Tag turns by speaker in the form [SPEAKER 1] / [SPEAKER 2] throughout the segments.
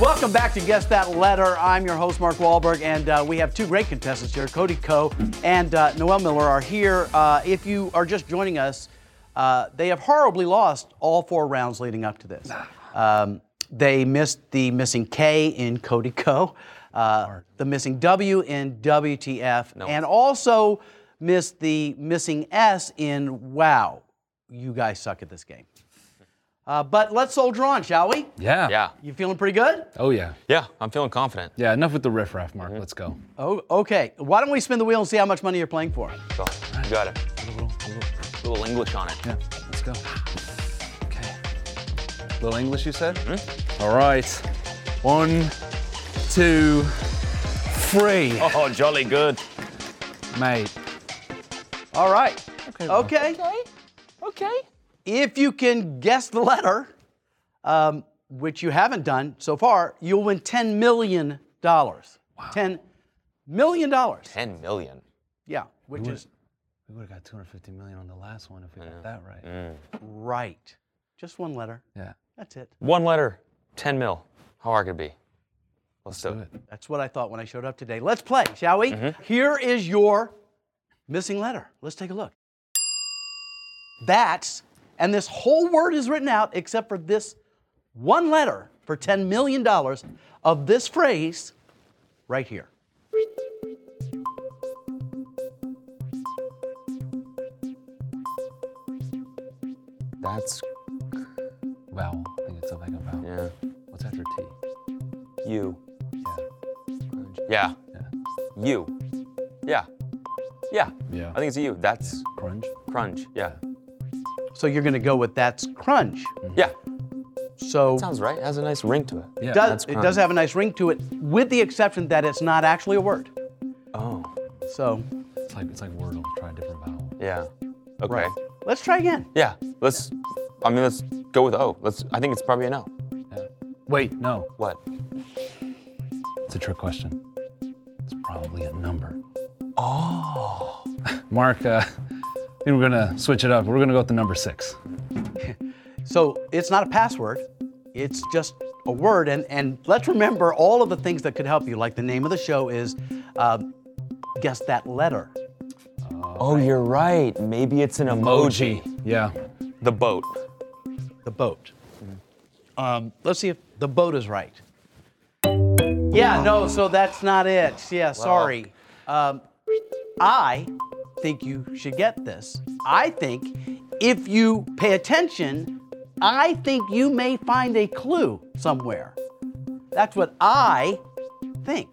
[SPEAKER 1] Welcome back to Guess That Letter. I'm your host, Mark Wahlberg, and uh, we have two great contestants here. Cody Coe and uh, Noel Miller are here. Uh, if you are just joining us, uh, they have horribly lost all four rounds leading up to this. Um, they missed the missing K in Cody Coe, uh, the missing W in WTF, and also missed the missing S in Wow. You guys suck at this game. Uh, but let's soldier on, shall we?
[SPEAKER 2] Yeah.
[SPEAKER 3] Yeah.
[SPEAKER 1] You feeling pretty good?
[SPEAKER 2] Oh yeah.
[SPEAKER 3] Yeah, I'm feeling confident.
[SPEAKER 2] Yeah. Enough with the riffraff, Mark. Let's go.
[SPEAKER 1] Oh, okay. Why don't we spin the wheel and see how much money you're playing for?
[SPEAKER 3] So, you got it. A little English on it.
[SPEAKER 2] Yeah. Let's go. Okay. Little English, you said. All right. One, two, three,
[SPEAKER 3] Oh, jolly good.
[SPEAKER 2] mate.
[SPEAKER 1] All right.
[SPEAKER 2] Okay.
[SPEAKER 1] Okay.
[SPEAKER 3] Okay.
[SPEAKER 1] If you can guess the letter, um, which you haven't done so far, you'll win $10 million. $10 million.
[SPEAKER 3] Ten million.
[SPEAKER 1] Yeah, which
[SPEAKER 2] would-
[SPEAKER 1] is
[SPEAKER 2] We would have got 250 million on the last one if we got that right.
[SPEAKER 1] right. Just one letter.
[SPEAKER 2] Yeah.
[SPEAKER 1] That's it.
[SPEAKER 3] One letter. Ten mil. How hard could it be? Let's, do,
[SPEAKER 2] do
[SPEAKER 3] it.
[SPEAKER 2] it.
[SPEAKER 1] That's what I thought when I showed up today. Let's play, shall we?
[SPEAKER 3] Mm-hmm.
[SPEAKER 1] Here is your missing letter. Let's take a look. That's, and this whole word is written out except for this one letter for $10 million of this phrase right here.
[SPEAKER 3] That's
[SPEAKER 2] Vowel. I think it's like a vowel.
[SPEAKER 3] yeah.
[SPEAKER 2] What's after T?
[SPEAKER 3] You.
[SPEAKER 2] Yeah.
[SPEAKER 3] Yeah.
[SPEAKER 2] Yeah.
[SPEAKER 3] You. Yeah. Yeah.
[SPEAKER 2] Yeah.
[SPEAKER 3] I think it's you. That's
[SPEAKER 2] Crunch.
[SPEAKER 3] crunch. Yeah.
[SPEAKER 1] So you're gonna go with that's crunch.
[SPEAKER 3] Yeah.
[SPEAKER 1] So
[SPEAKER 3] Sounds right. Has a nice ring to it.
[SPEAKER 2] Yeah.
[SPEAKER 1] does,
[SPEAKER 3] that's
[SPEAKER 1] it does
[SPEAKER 3] crunch.
[SPEAKER 1] have a nice ring to it, with the exception that it's not actually a word.
[SPEAKER 3] Oh.
[SPEAKER 1] So,
[SPEAKER 2] It's like it's like Wordle. Try a different vowel.
[SPEAKER 3] Yeah. Okay.
[SPEAKER 1] right. Let's try again.
[SPEAKER 3] Yeah. Let's. I mean, let's go with O. Let's. I think it's probably an O.
[SPEAKER 2] Yeah. Wait. No.
[SPEAKER 3] What?
[SPEAKER 2] It's a trick question. It's probably a number. Oh. Mark, uh, I think we're gonna switch it up. We're gonna go with the number six.
[SPEAKER 1] So it's not a password, it's just a word. And, and let's remember all of the things that could help you, like the name of the show is uh, Guess That Letter.
[SPEAKER 3] Oh, you're right. Maybe it's an emoji.
[SPEAKER 2] Yeah.
[SPEAKER 3] The boat.
[SPEAKER 1] the boat. Um, let's see if the boat is right. Yeah, no, so that's not it. Yeah, sorry. Um, I think you should get this. I think if you pay attention, I think you may find a clue somewhere. That's what I think.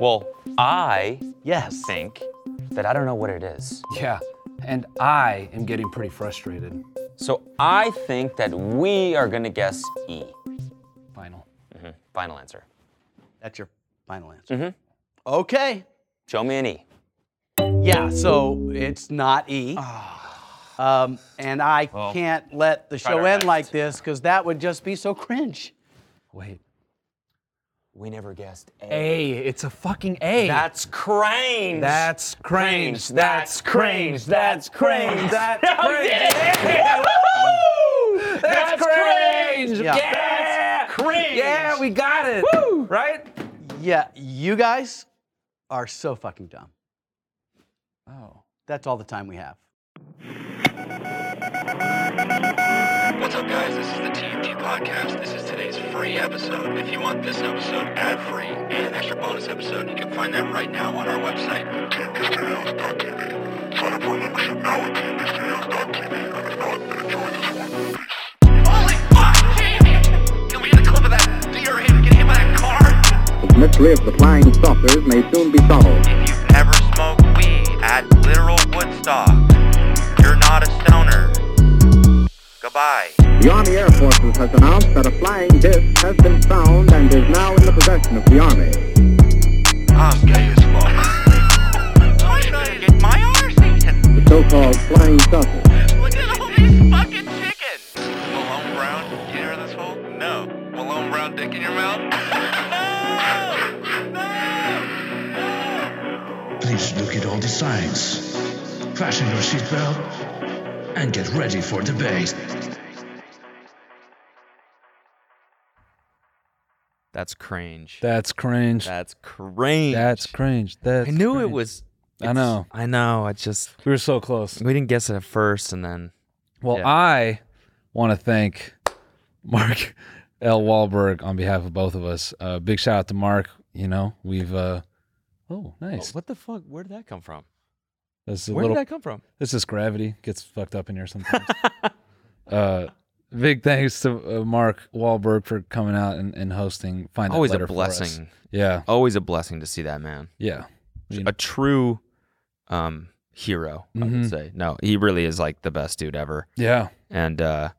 [SPEAKER 3] Well, I
[SPEAKER 1] Yes.
[SPEAKER 3] think that I don't know what it is.
[SPEAKER 2] Yeah. And I am getting pretty frustrated.
[SPEAKER 3] So I think that we are gonna guess E.
[SPEAKER 2] Final.
[SPEAKER 3] Final answer.
[SPEAKER 1] That's your final answer. Mm-hmm. Okay.
[SPEAKER 3] Show me an E.
[SPEAKER 1] Yeah, so it's not E. Um, and I can't let the show
[SPEAKER 3] our
[SPEAKER 1] end
[SPEAKER 3] best.
[SPEAKER 1] like this because that would just be so cringe.
[SPEAKER 2] Wait.
[SPEAKER 3] We never guessed A.
[SPEAKER 2] A. It's a fucking A.
[SPEAKER 3] That's cringe.
[SPEAKER 2] That's cringe. That's cringe. That's cringe. That's
[SPEAKER 3] Woohoo!
[SPEAKER 2] That's cringe.
[SPEAKER 1] Yeah.
[SPEAKER 2] Yeah.
[SPEAKER 3] Cringe.
[SPEAKER 2] Yeah. We got it. Right?
[SPEAKER 1] Yeah, you guys are so fucking dumb.
[SPEAKER 2] Oh.
[SPEAKER 1] That's all the time we have.
[SPEAKER 4] What's up, guys? This is the TMG Podcast. This is today's free episode. If you want this episode ad free and an extra bonus episode, you can find that right now on our website. TMGStudios.tv. Sign up for a membership now at TMGStudios.tv. And if not, then enjoy this one. Holy fuck, Jamie! Can we get a clip of that deer hit getting hit by a car?
[SPEAKER 5] The mystery of the flying saucers may soon be solved.
[SPEAKER 4] If you've ever smoked weed at literal Woodstock, you're not a stoner. Goodbye.
[SPEAKER 5] The Army Air Forces has announced that a flying disc has been found and is now in the possession of the Army.
[SPEAKER 4] I'm gay as fuck. I should get my arse eaten.
[SPEAKER 5] The so-called flying saucer.
[SPEAKER 4] Look at all these fucking chickens. Malone Brown, you hear this hole? No. Malone Brown dick in your mouth? no! No!
[SPEAKER 6] Please look at all the signs. Fasten your seatbelt and get ready for debate.
[SPEAKER 7] That's cringe.
[SPEAKER 6] That's cringe.
[SPEAKER 7] That's cringe.
[SPEAKER 6] That's cringe. That's
[SPEAKER 7] I knew it
[SPEAKER 6] cringe.
[SPEAKER 7] was.
[SPEAKER 6] I
[SPEAKER 7] it's-
[SPEAKER 6] know.
[SPEAKER 7] I know. I just
[SPEAKER 6] We were so close.
[SPEAKER 7] we didn't guess it at first, and then
[SPEAKER 6] Well,
[SPEAKER 7] Yeah.
[SPEAKER 6] I want to thank Mark L. Wahlberg on behalf of both of us. Uh, big shout out to Mark. You know, we've. Uh, oh, nice.
[SPEAKER 7] what the fuck? Where did that come from?
[SPEAKER 6] That's a
[SPEAKER 7] Oh, Where
[SPEAKER 6] little.
[SPEAKER 7] did that come from?
[SPEAKER 6] This is gravity gets fucked up in here sometimes. uh, big thanks to uh, Mark Wahlberg for coming out and, and hosting. Find That
[SPEAKER 7] Always a
[SPEAKER 6] Letter for Us.
[SPEAKER 7] blessing.
[SPEAKER 6] Yeah,
[SPEAKER 7] Always a blessing to see that man.
[SPEAKER 6] yeah. You know.
[SPEAKER 7] A true um, hero, I
[SPEAKER 6] Mhm.
[SPEAKER 7] would say. No, he really is like the best dude ever.
[SPEAKER 6] Yeah.
[SPEAKER 7] And uh,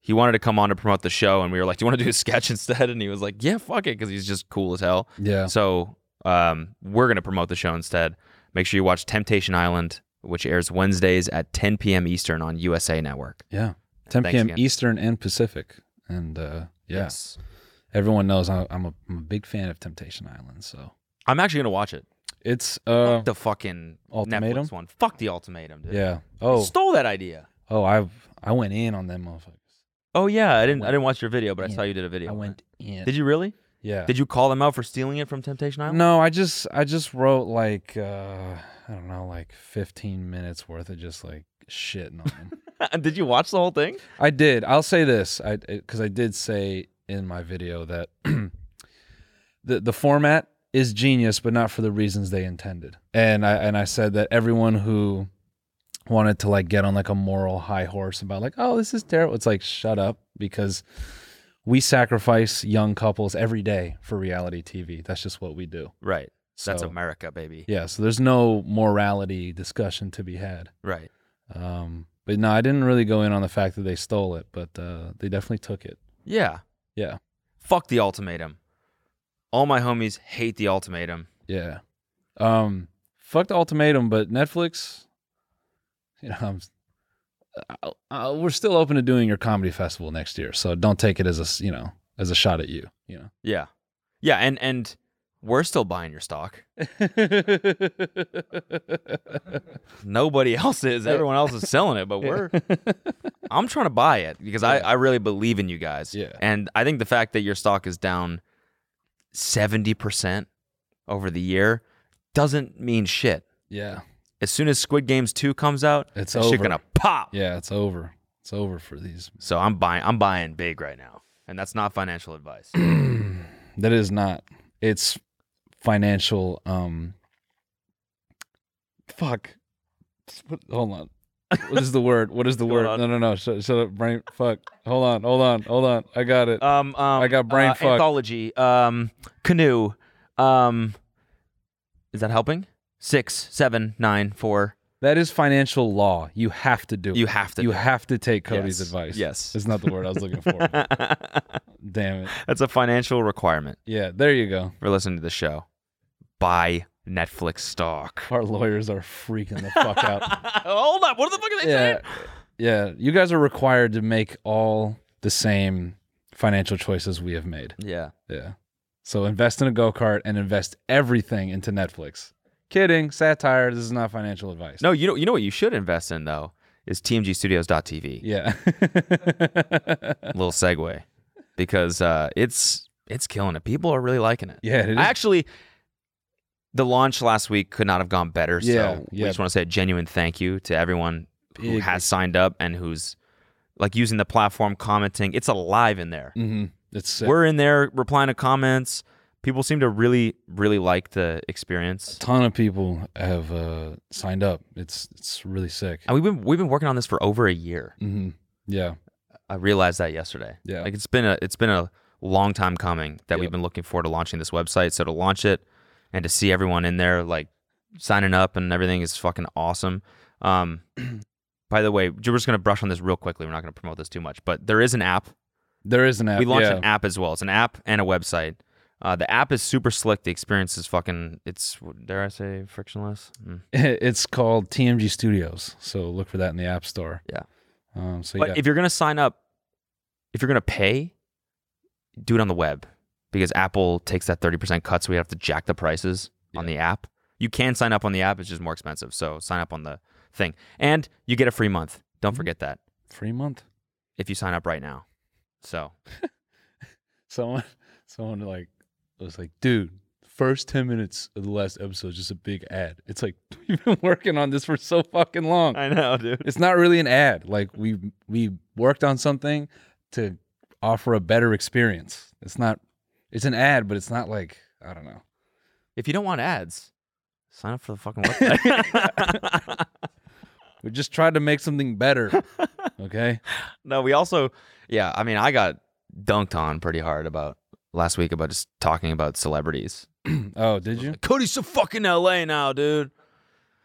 [SPEAKER 7] he wanted to come on to promote the show, and we were like, "Do you want to do a sketch instead?" And he was like, "Yeah, fuck it," because he's just cool as hell.
[SPEAKER 6] Yeah.
[SPEAKER 7] So um, we're going to promote the show instead. Make sure you watch Temptation Island, which airs Wednesdays at 10 p.m. Eastern on USA Network.
[SPEAKER 6] Yeah. 10
[SPEAKER 7] Thanks
[SPEAKER 6] p.m.
[SPEAKER 7] again.
[SPEAKER 6] Eastern and Pacific. And uh, yeah,
[SPEAKER 7] Yes.
[SPEAKER 6] everyone knows I'm, I'm, a, I'm a big fan of Temptation Island. So
[SPEAKER 7] I'm actually going to watch it.
[SPEAKER 6] it's. Uh,
[SPEAKER 7] Fuck the fucking
[SPEAKER 6] ultimatum?
[SPEAKER 7] Netflix one. Fuck the ultimatum, dude.
[SPEAKER 6] yeah.
[SPEAKER 7] They
[SPEAKER 6] Oh,
[SPEAKER 7] Stole that idea.
[SPEAKER 6] oh, I I went in on them motherfuckers.
[SPEAKER 7] Oh yeah, I didn't. I
[SPEAKER 6] went-
[SPEAKER 7] didn't watch your video, but I
[SPEAKER 6] Yeah.
[SPEAKER 7] saw you did a video.
[SPEAKER 6] I
[SPEAKER 7] on
[SPEAKER 6] went
[SPEAKER 7] it.
[SPEAKER 6] in.
[SPEAKER 7] Did you really?
[SPEAKER 6] Yeah.
[SPEAKER 7] Did you call them out for stealing it from Temptation Island?
[SPEAKER 6] No, I just I just wrote like uh I don't know, like 15 minutes worth of just like shitting on them.
[SPEAKER 7] did you watch the whole thing?
[SPEAKER 6] I did. I'll say this, I because I did say in my video that the the format is genius, but not for the reasons they intended. And I and I said that everyone who wanted to like get on like a moral high horse about like, oh, this is terrible. It's like shut up because we sacrifice young couples every day for reality TV. That's just what we do.
[SPEAKER 7] Right. That's
[SPEAKER 6] So-
[SPEAKER 7] America, baby.
[SPEAKER 6] yeah, so there's no morality discussion to be had.
[SPEAKER 7] Right.
[SPEAKER 6] Um, but no, I didn't really go in on the fact that they stole it, but uh, they definitely took it.
[SPEAKER 7] Yeah.
[SPEAKER 6] Yeah,
[SPEAKER 7] Fuck the ultimatum. All my homies hate the ultimatum.
[SPEAKER 6] yeah. Um, fuck the ultimatum, but Netflix. You know, I'm, I, I, we're still open to doing your comedy festival next year, so don't take it as a s- you know as a shot at you. You know.
[SPEAKER 7] Yeah. Yeah, and and we're still buying your stock. Nobody else is. Everyone else is selling it, but we're I'm trying to buy it because I, I really believe in you guys.
[SPEAKER 6] Yeah.
[SPEAKER 7] And I think the fact that your stock is down 70% over the year doesn't mean shit.
[SPEAKER 6] yeah,
[SPEAKER 7] As soon as Squid Games 2 comes out,
[SPEAKER 6] It's
[SPEAKER 7] that shit
[SPEAKER 6] over.
[SPEAKER 7] gonna pop.
[SPEAKER 6] yeah. It's over. It's over for these.
[SPEAKER 7] So I'm buying I'm buying big right now. And that's not financial advice.
[SPEAKER 6] That is not. It's financial. Um. Fuck. What- Hold on. What is the word? What is the word?
[SPEAKER 7] on?
[SPEAKER 6] No, no, no. Shut, shut up. Brain. Fuck. Hold on. Hold on. Hold on. I got it.
[SPEAKER 7] um, um
[SPEAKER 6] I got brain
[SPEAKER 7] uh,
[SPEAKER 6] fucked.
[SPEAKER 7] anthology um canoe um is that helping six seven nine four
[SPEAKER 6] that is financial law. You have to do it.
[SPEAKER 7] You have to
[SPEAKER 6] You
[SPEAKER 7] do it.
[SPEAKER 6] have to take Cody's
[SPEAKER 7] Yes.
[SPEAKER 6] advice.
[SPEAKER 7] Yes.
[SPEAKER 6] It's not the word I was looking for. Damn it.
[SPEAKER 7] that's a financial requirement
[SPEAKER 6] Yeah. There you go.
[SPEAKER 7] for listening to the show buy netflix stock Oh,
[SPEAKER 6] Our lawyers are freaking the fuck out.
[SPEAKER 7] hold up what the fuck are they
[SPEAKER 6] yeah,
[SPEAKER 7] saying
[SPEAKER 6] yeah. You guys are required to make all the same financial choices we have made.
[SPEAKER 7] yeah
[SPEAKER 6] Yeah. So invest in a go kart and invest everything into Netflix. Kidding, satire. This is not financial advice.
[SPEAKER 7] no you know you know what you should invest in though is tmgstudios.tv
[SPEAKER 6] Yeah.
[SPEAKER 7] little segue because uh, it's it's killing it. People are really liking it.
[SPEAKER 6] Yeah, it is.
[SPEAKER 7] I actually the launch last week could not have gone better.
[SPEAKER 6] Yeah,
[SPEAKER 7] so
[SPEAKER 6] yeah.
[SPEAKER 7] we just want to say a genuine thank you to everyone who
[SPEAKER 6] Big-
[SPEAKER 7] has signed up and who's like using the platform, commenting. It's alive in there.
[SPEAKER 6] hmm It's sick.
[SPEAKER 7] We're in there replying to comments. People seem to really, really like the experience.
[SPEAKER 6] a ton of people have uh, signed up. It's it's really sick.
[SPEAKER 7] And we've been we've been working on this for over a year.
[SPEAKER 6] hmm Yeah.
[SPEAKER 7] I realized that yesterday.
[SPEAKER 6] Yeah.
[SPEAKER 7] Like it's been a it's been a long time coming that
[SPEAKER 6] Yep.
[SPEAKER 7] we've been looking forward to launching this website. So to launch it and to see everyone in there like signing up and everything is fucking awesome. Um by the way, we're just gonna brush on this real quickly. We're not gonna promote this too much, but there is an app.
[SPEAKER 6] There is an app.
[SPEAKER 7] We launched
[SPEAKER 6] yeah.
[SPEAKER 7] an app as well. It's an app and a website. Uh, the app is super slick. The experience is fucking. It's dare I say frictionless? Mm.
[SPEAKER 6] It's called TMG Studios. So look for that in the App Store.
[SPEAKER 7] Yeah.
[SPEAKER 6] Um, so
[SPEAKER 7] But
[SPEAKER 6] yeah.
[SPEAKER 7] if you're gonna sign up, if you're gonna pay, do it on the web because Apple takes that thirty percent cut, so we have to jack the prices on the app. You can sign up on the app; it's just more expensive. So sign up on the thing, and you get a free month. Don't forget that
[SPEAKER 6] free month.
[SPEAKER 7] if you sign up right now. So
[SPEAKER 6] Someone someone like was like, dude, first ten minutes of the last episode is just a big ad. It's like we've been working on this for so fucking long.
[SPEAKER 7] I know, dude.
[SPEAKER 6] It's not really an ad. Like we we worked on something to offer a better experience. It's not. It's an ad, but it's not like I don't know.
[SPEAKER 7] If you don't want ads, sign up for the fucking website.
[SPEAKER 6] We just tried to make something better. Okay.
[SPEAKER 7] no, we also, yeah. I mean, I got dunked on pretty hard about last week about just talking about celebrities.
[SPEAKER 6] Oh, did you?
[SPEAKER 7] Cody's so fucking LA now, dude.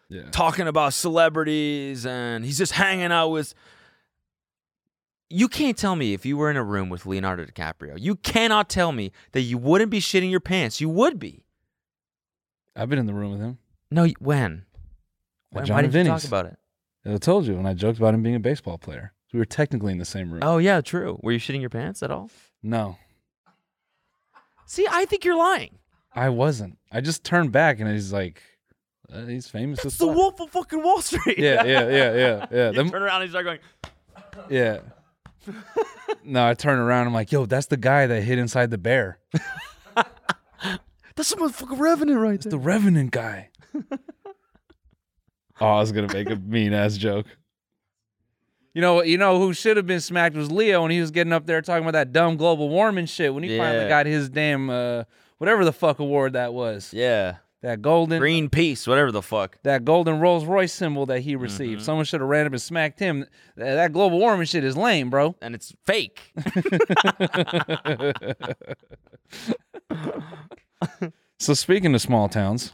[SPEAKER 6] Yeah.
[SPEAKER 7] Talking about celebrities and he's just hanging out with. You can't tell me if you were in a room with Leonardo DiCaprio. You cannot tell me that you wouldn't be shitting your pants. You would be.
[SPEAKER 6] I've been in the room with him.
[SPEAKER 7] No, you- when?
[SPEAKER 6] At
[SPEAKER 7] When?
[SPEAKER 6] John
[SPEAKER 7] Why
[SPEAKER 6] and
[SPEAKER 7] did you talk
[SPEAKER 6] Vinny's.
[SPEAKER 7] about it?
[SPEAKER 6] I told you when I joked about him being a baseball player. We were technically in the same room.
[SPEAKER 7] Oh yeah, true. Were you shitting your pants at all?
[SPEAKER 6] No,
[SPEAKER 7] See, I think you're lying.
[SPEAKER 6] I wasn't. I just turned back and he's like, uh, he's famous.
[SPEAKER 7] It's
[SPEAKER 6] as
[SPEAKER 7] the
[SPEAKER 6] fuck.
[SPEAKER 7] Wolf of fucking Wall Street.
[SPEAKER 6] Yeah, yeah, yeah, yeah, yeah.
[SPEAKER 7] you
[SPEAKER 6] Them-
[SPEAKER 7] turn around and you start going.
[SPEAKER 6] yeah. no, I turn around. I'm like, yo, that's the guy that hid inside the bear.
[SPEAKER 7] That's the motherfucking revenue right
[SPEAKER 6] It's the revenant guy. oh, I was gonna make a mean ass joke. You know, you know who should have been smacked was Leo, and he was getting up there talking about that dumb global warming shit when he finally
[SPEAKER 7] Yeah.
[SPEAKER 6] got his damn uh, whatever the fuck award that was.
[SPEAKER 7] Yeah.
[SPEAKER 6] That golden
[SPEAKER 7] Greenpeace, whatever the fuck.
[SPEAKER 6] that golden Rolls Royce symbol that he received. Someone should have ran up and smacked him. Th- That global warming shit is lame, bro.
[SPEAKER 7] And it's fake.
[SPEAKER 6] So speaking of small towns,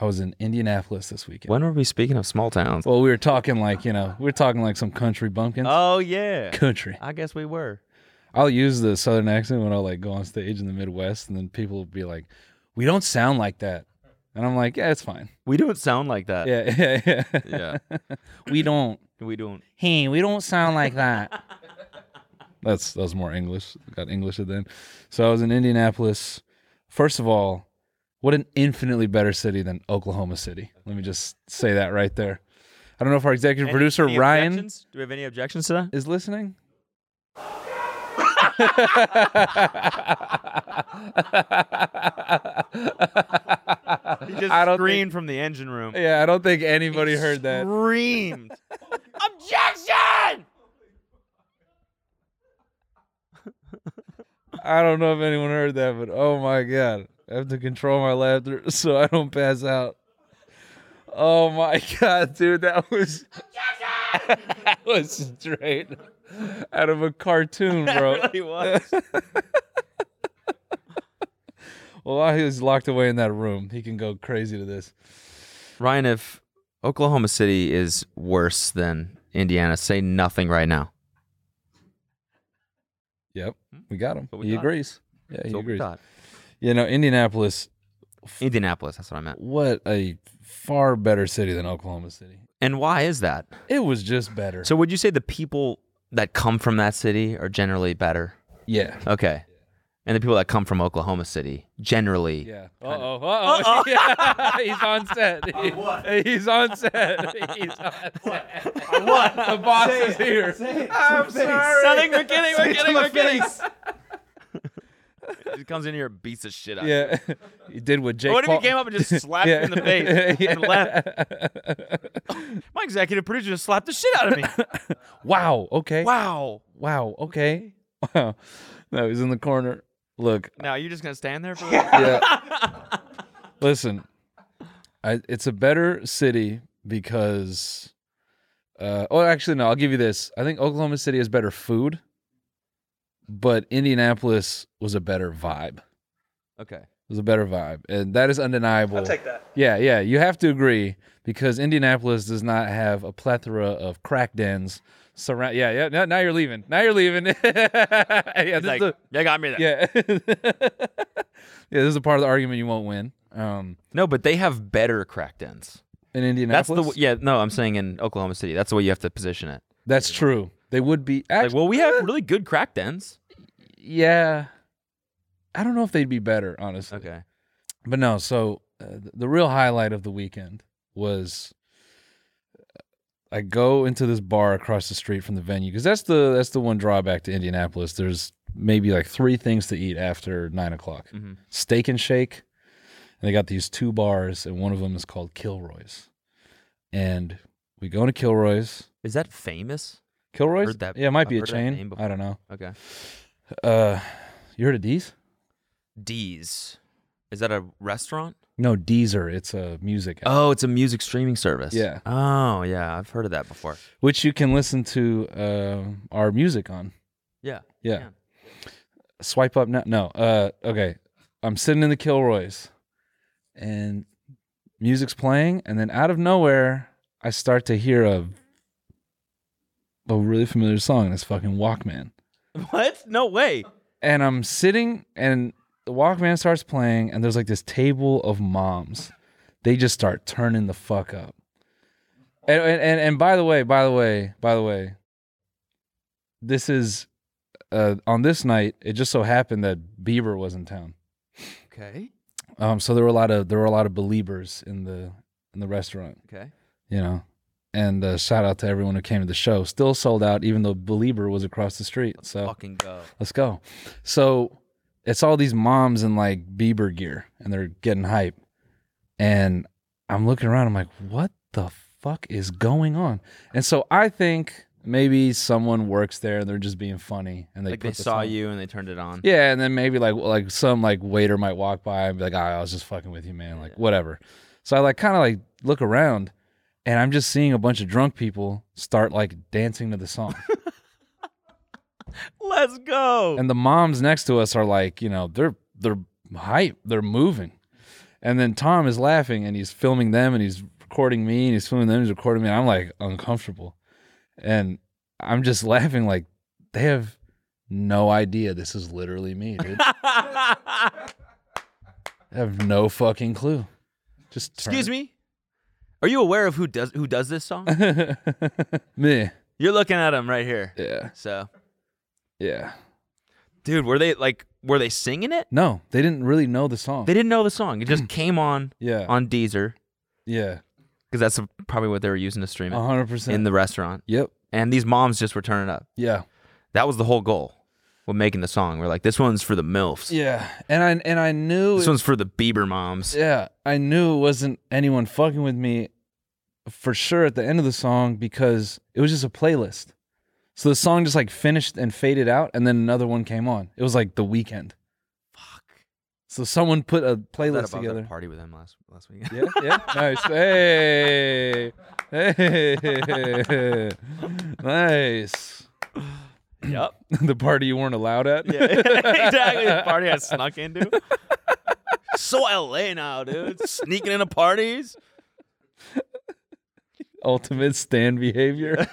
[SPEAKER 6] I was in Indianapolis this weekend.
[SPEAKER 7] when were we speaking of small towns?
[SPEAKER 6] Well, we were talking like you know, we were talking like some country bumpkins.
[SPEAKER 7] Oh yeah.
[SPEAKER 6] country.
[SPEAKER 7] I guess we were.
[SPEAKER 6] I'll use the southern accent when I like go on stage in the Midwest, and then people will be like, "We don't sound like that," and I'm like, "Yeah, it's fine.
[SPEAKER 7] We don't sound like that.
[SPEAKER 6] Yeah, yeah, yeah.
[SPEAKER 7] Yeah.
[SPEAKER 6] we don't.
[SPEAKER 7] We don't.
[SPEAKER 6] Hey, we don't sound like that." That's that was more English. Got English at the end. So I was in Indianapolis. First of all, what an infinitely better city than Oklahoma City. Let me just say that right there. I don't know if our executive producer
[SPEAKER 7] Any
[SPEAKER 6] Ryan
[SPEAKER 7] objections? Do we have any objections to that?
[SPEAKER 6] is listening.
[SPEAKER 7] He just
[SPEAKER 6] I don't
[SPEAKER 7] screamed from the engine room.
[SPEAKER 6] Yeah, I don't think anybody heard that.
[SPEAKER 7] Screamed. Objection!
[SPEAKER 6] I don't know if anyone heard that, but oh my god, I have to control my laughter so I don't pass out. Oh my god, dude, that was that was straight out of a cartoon, bro.
[SPEAKER 7] He was.
[SPEAKER 6] Well, while he was locked away in that room, he can go crazy to this.
[SPEAKER 7] Ryan, if Oklahoma City is worse than Indiana, say nothing right now.
[SPEAKER 6] Yep, we got him.
[SPEAKER 7] But Hmm? we
[SPEAKER 6] He
[SPEAKER 7] got him.
[SPEAKER 6] agrees. Yeah, he
[SPEAKER 7] So we
[SPEAKER 6] agrees.
[SPEAKER 7] thought.
[SPEAKER 6] You know, Indianapolis,
[SPEAKER 7] Indianapolis, that's what I meant.
[SPEAKER 6] what a far better city than Oklahoma City.
[SPEAKER 7] And why is that?
[SPEAKER 6] It was just better.
[SPEAKER 7] So would you say the people that come from that city are generally better?
[SPEAKER 6] yeah.
[SPEAKER 7] Okay. And the people that come from Oklahoma City generally.
[SPEAKER 6] Yeah. Uh oh. Uh oh. He's on set. He- He's on set. He's on set. What? The boss is here. I'm sorry.
[SPEAKER 7] we're kidding,
[SPEAKER 6] Say it to my face.
[SPEAKER 7] He comes in here and beats the shit out. Yeah.
[SPEAKER 6] Yeah. He did what Jake.
[SPEAKER 7] What if he
[SPEAKER 6] Paul-
[SPEAKER 7] came up and just slapped
[SPEAKER 6] yeah.
[SPEAKER 7] you in the face
[SPEAKER 6] Yeah.
[SPEAKER 7] and left? My executive producer just slapped the shit out of me.
[SPEAKER 6] Wow. Okay. Wow.
[SPEAKER 7] wow.
[SPEAKER 6] Okay. Wow. No, he's in the corner. Look,
[SPEAKER 7] Now you're just gonna stand there for
[SPEAKER 6] yeah. Listen, I, it's a better city because. Uh, oh, actually, no. I'll give you this. I think Oklahoma City has better food, but Indianapolis was a better vibe. It
[SPEAKER 7] Okay.
[SPEAKER 6] was a better vibe, and that is undeniable.
[SPEAKER 8] I'll take that.
[SPEAKER 6] Yeah, yeah. You have to agree because Indianapolis does not have a plethora of crack dens. Surround. Yeah, yeah. Now, now you're leaving. Now you're leaving. yeah, this
[SPEAKER 7] He's
[SPEAKER 6] is
[SPEAKER 7] like,
[SPEAKER 6] the-
[SPEAKER 7] they got me there.
[SPEAKER 6] yeah. yeah, this is a part of the argument you won't win. Um,
[SPEAKER 7] No, but they have better crack dens.
[SPEAKER 6] in
[SPEAKER 7] That's
[SPEAKER 6] Indianapolis,
[SPEAKER 7] the w- yeah. No, I'm saying in Oklahoma City, that's the way you have to position it.
[SPEAKER 6] That's true. They would be
[SPEAKER 7] Like,
[SPEAKER 6] actually,
[SPEAKER 7] well, we have really good crack dens.
[SPEAKER 6] yeah. I don't know if they'd be better, honestly.
[SPEAKER 7] Okay.
[SPEAKER 6] But no, so uh, th- the real highlight of the weekend was uh, I go into this bar across the street from the venue because that's the that's the one drawback to Indianapolis. There's maybe like three things to eat after nine o'clock:
[SPEAKER 7] Mhm.
[SPEAKER 6] steak and shake, and they got these two bars, and one of them is called Kilroy's, and we go to Kilroy's.
[SPEAKER 7] Is that famous?
[SPEAKER 6] Kilroy's,
[SPEAKER 7] Heard that-
[SPEAKER 6] yeah, it might be
[SPEAKER 7] I've
[SPEAKER 6] a
[SPEAKER 7] heard that name
[SPEAKER 6] chain.
[SPEAKER 7] before.
[SPEAKER 6] I don't know.
[SPEAKER 7] Okay.
[SPEAKER 6] Uh, you heard of D's?
[SPEAKER 7] D's. Is that a restaurant?
[SPEAKER 6] No, Deezer. It's a music app,
[SPEAKER 7] Oh, it's a music streaming service.
[SPEAKER 6] Yeah.
[SPEAKER 7] Oh, yeah. I've heard of that before.
[SPEAKER 6] which you can listen to um our music on.
[SPEAKER 7] Yeah.
[SPEAKER 6] Yeah.
[SPEAKER 7] Yeah.
[SPEAKER 6] Swipe up now. No. Uh, okay. I'm sitting in the Kilroys and music's playing. And then out of nowhere, I start to hear a, a really familiar song. And it's fucking Walkman.
[SPEAKER 7] What? No way.
[SPEAKER 6] And I'm sitting and the Walkman starts playing. And there's like this table of moms. They just start turning the fuck up. And, and, and, and by the way, by the way, by the way, this is uh, on this night. It just so happened that Bieber was in town,
[SPEAKER 7] Okay.
[SPEAKER 6] um, so there were a lot of there were a lot of believers in the in the restaurant,
[SPEAKER 7] Okay.
[SPEAKER 6] you know. And uh, shout out to everyone who came to the show. Still sold out, even though Belieber was across the street. so
[SPEAKER 7] Fucking go.
[SPEAKER 6] let's go. So it's all these moms in like Bieber gear and they're getting hype. And I'm looking around, I'm like, what the fuck is going on? And so I think maybe someone works there and they're just being funny and they
[SPEAKER 7] Like they
[SPEAKER 6] put the
[SPEAKER 7] saw
[SPEAKER 6] song-
[SPEAKER 7] you and they turned it on.
[SPEAKER 6] Yeah, and then maybe like like some like waiter might walk by and be like, "Ah, I was just fucking with you, man. Like whatever. So I like kind of like look around and I'm just seeing a bunch of drunk people start like dancing to the song.
[SPEAKER 7] Let's go.
[SPEAKER 6] and the moms next to us are like, you know, they're they're hype, they're moving. And then Tom is laughing and he's filming them and he's recording me and he's filming them, he's recording me. And I'm like uncomfortable. And I'm just laughing like they have no idea this is literally me, dude. I have no fucking clue. Just
[SPEAKER 7] Excuse me. Are you aware of who does who does this song?
[SPEAKER 6] me. me.
[SPEAKER 7] You're looking at him right here.
[SPEAKER 6] Yeah.
[SPEAKER 7] So,
[SPEAKER 6] Yeah.
[SPEAKER 7] dude, were they like were they singing it?
[SPEAKER 6] No, they didn't really know the song.
[SPEAKER 7] They didn't know the song. It just came on
[SPEAKER 6] yeah.
[SPEAKER 7] on Deezer
[SPEAKER 6] yeah.
[SPEAKER 7] because that's probably what they were using to stream it
[SPEAKER 6] 100%.
[SPEAKER 7] in the restaurant.
[SPEAKER 6] yep.
[SPEAKER 7] And these moms just were turning up.
[SPEAKER 6] Yeah.
[SPEAKER 7] That was the whole goal with making the song. We're like, this one's for the milfs.
[SPEAKER 6] Yeah. And I and I knew
[SPEAKER 7] This
[SPEAKER 6] it-
[SPEAKER 7] one's for the Bieber moms.
[SPEAKER 6] Yeah, I knew it wasn't anyone fucking with me for sure at the end of the song because it was just a playlist. So the song just like finished and faded out, and then another one came on. It was like the weekend.
[SPEAKER 7] Fuck.
[SPEAKER 6] So someone put a
[SPEAKER 7] I was
[SPEAKER 6] playlist
[SPEAKER 7] at a- I was at a
[SPEAKER 6] together.
[SPEAKER 7] party with him last last week.
[SPEAKER 6] Yeah, yeah, nice. Hey, hey, nice.
[SPEAKER 7] yep.
[SPEAKER 6] the party you weren't allowed at.
[SPEAKER 7] Yeah, exactly. The party I snuck into. so LA now, dude. Sneaking into parties.
[SPEAKER 6] ultimate stand behavior.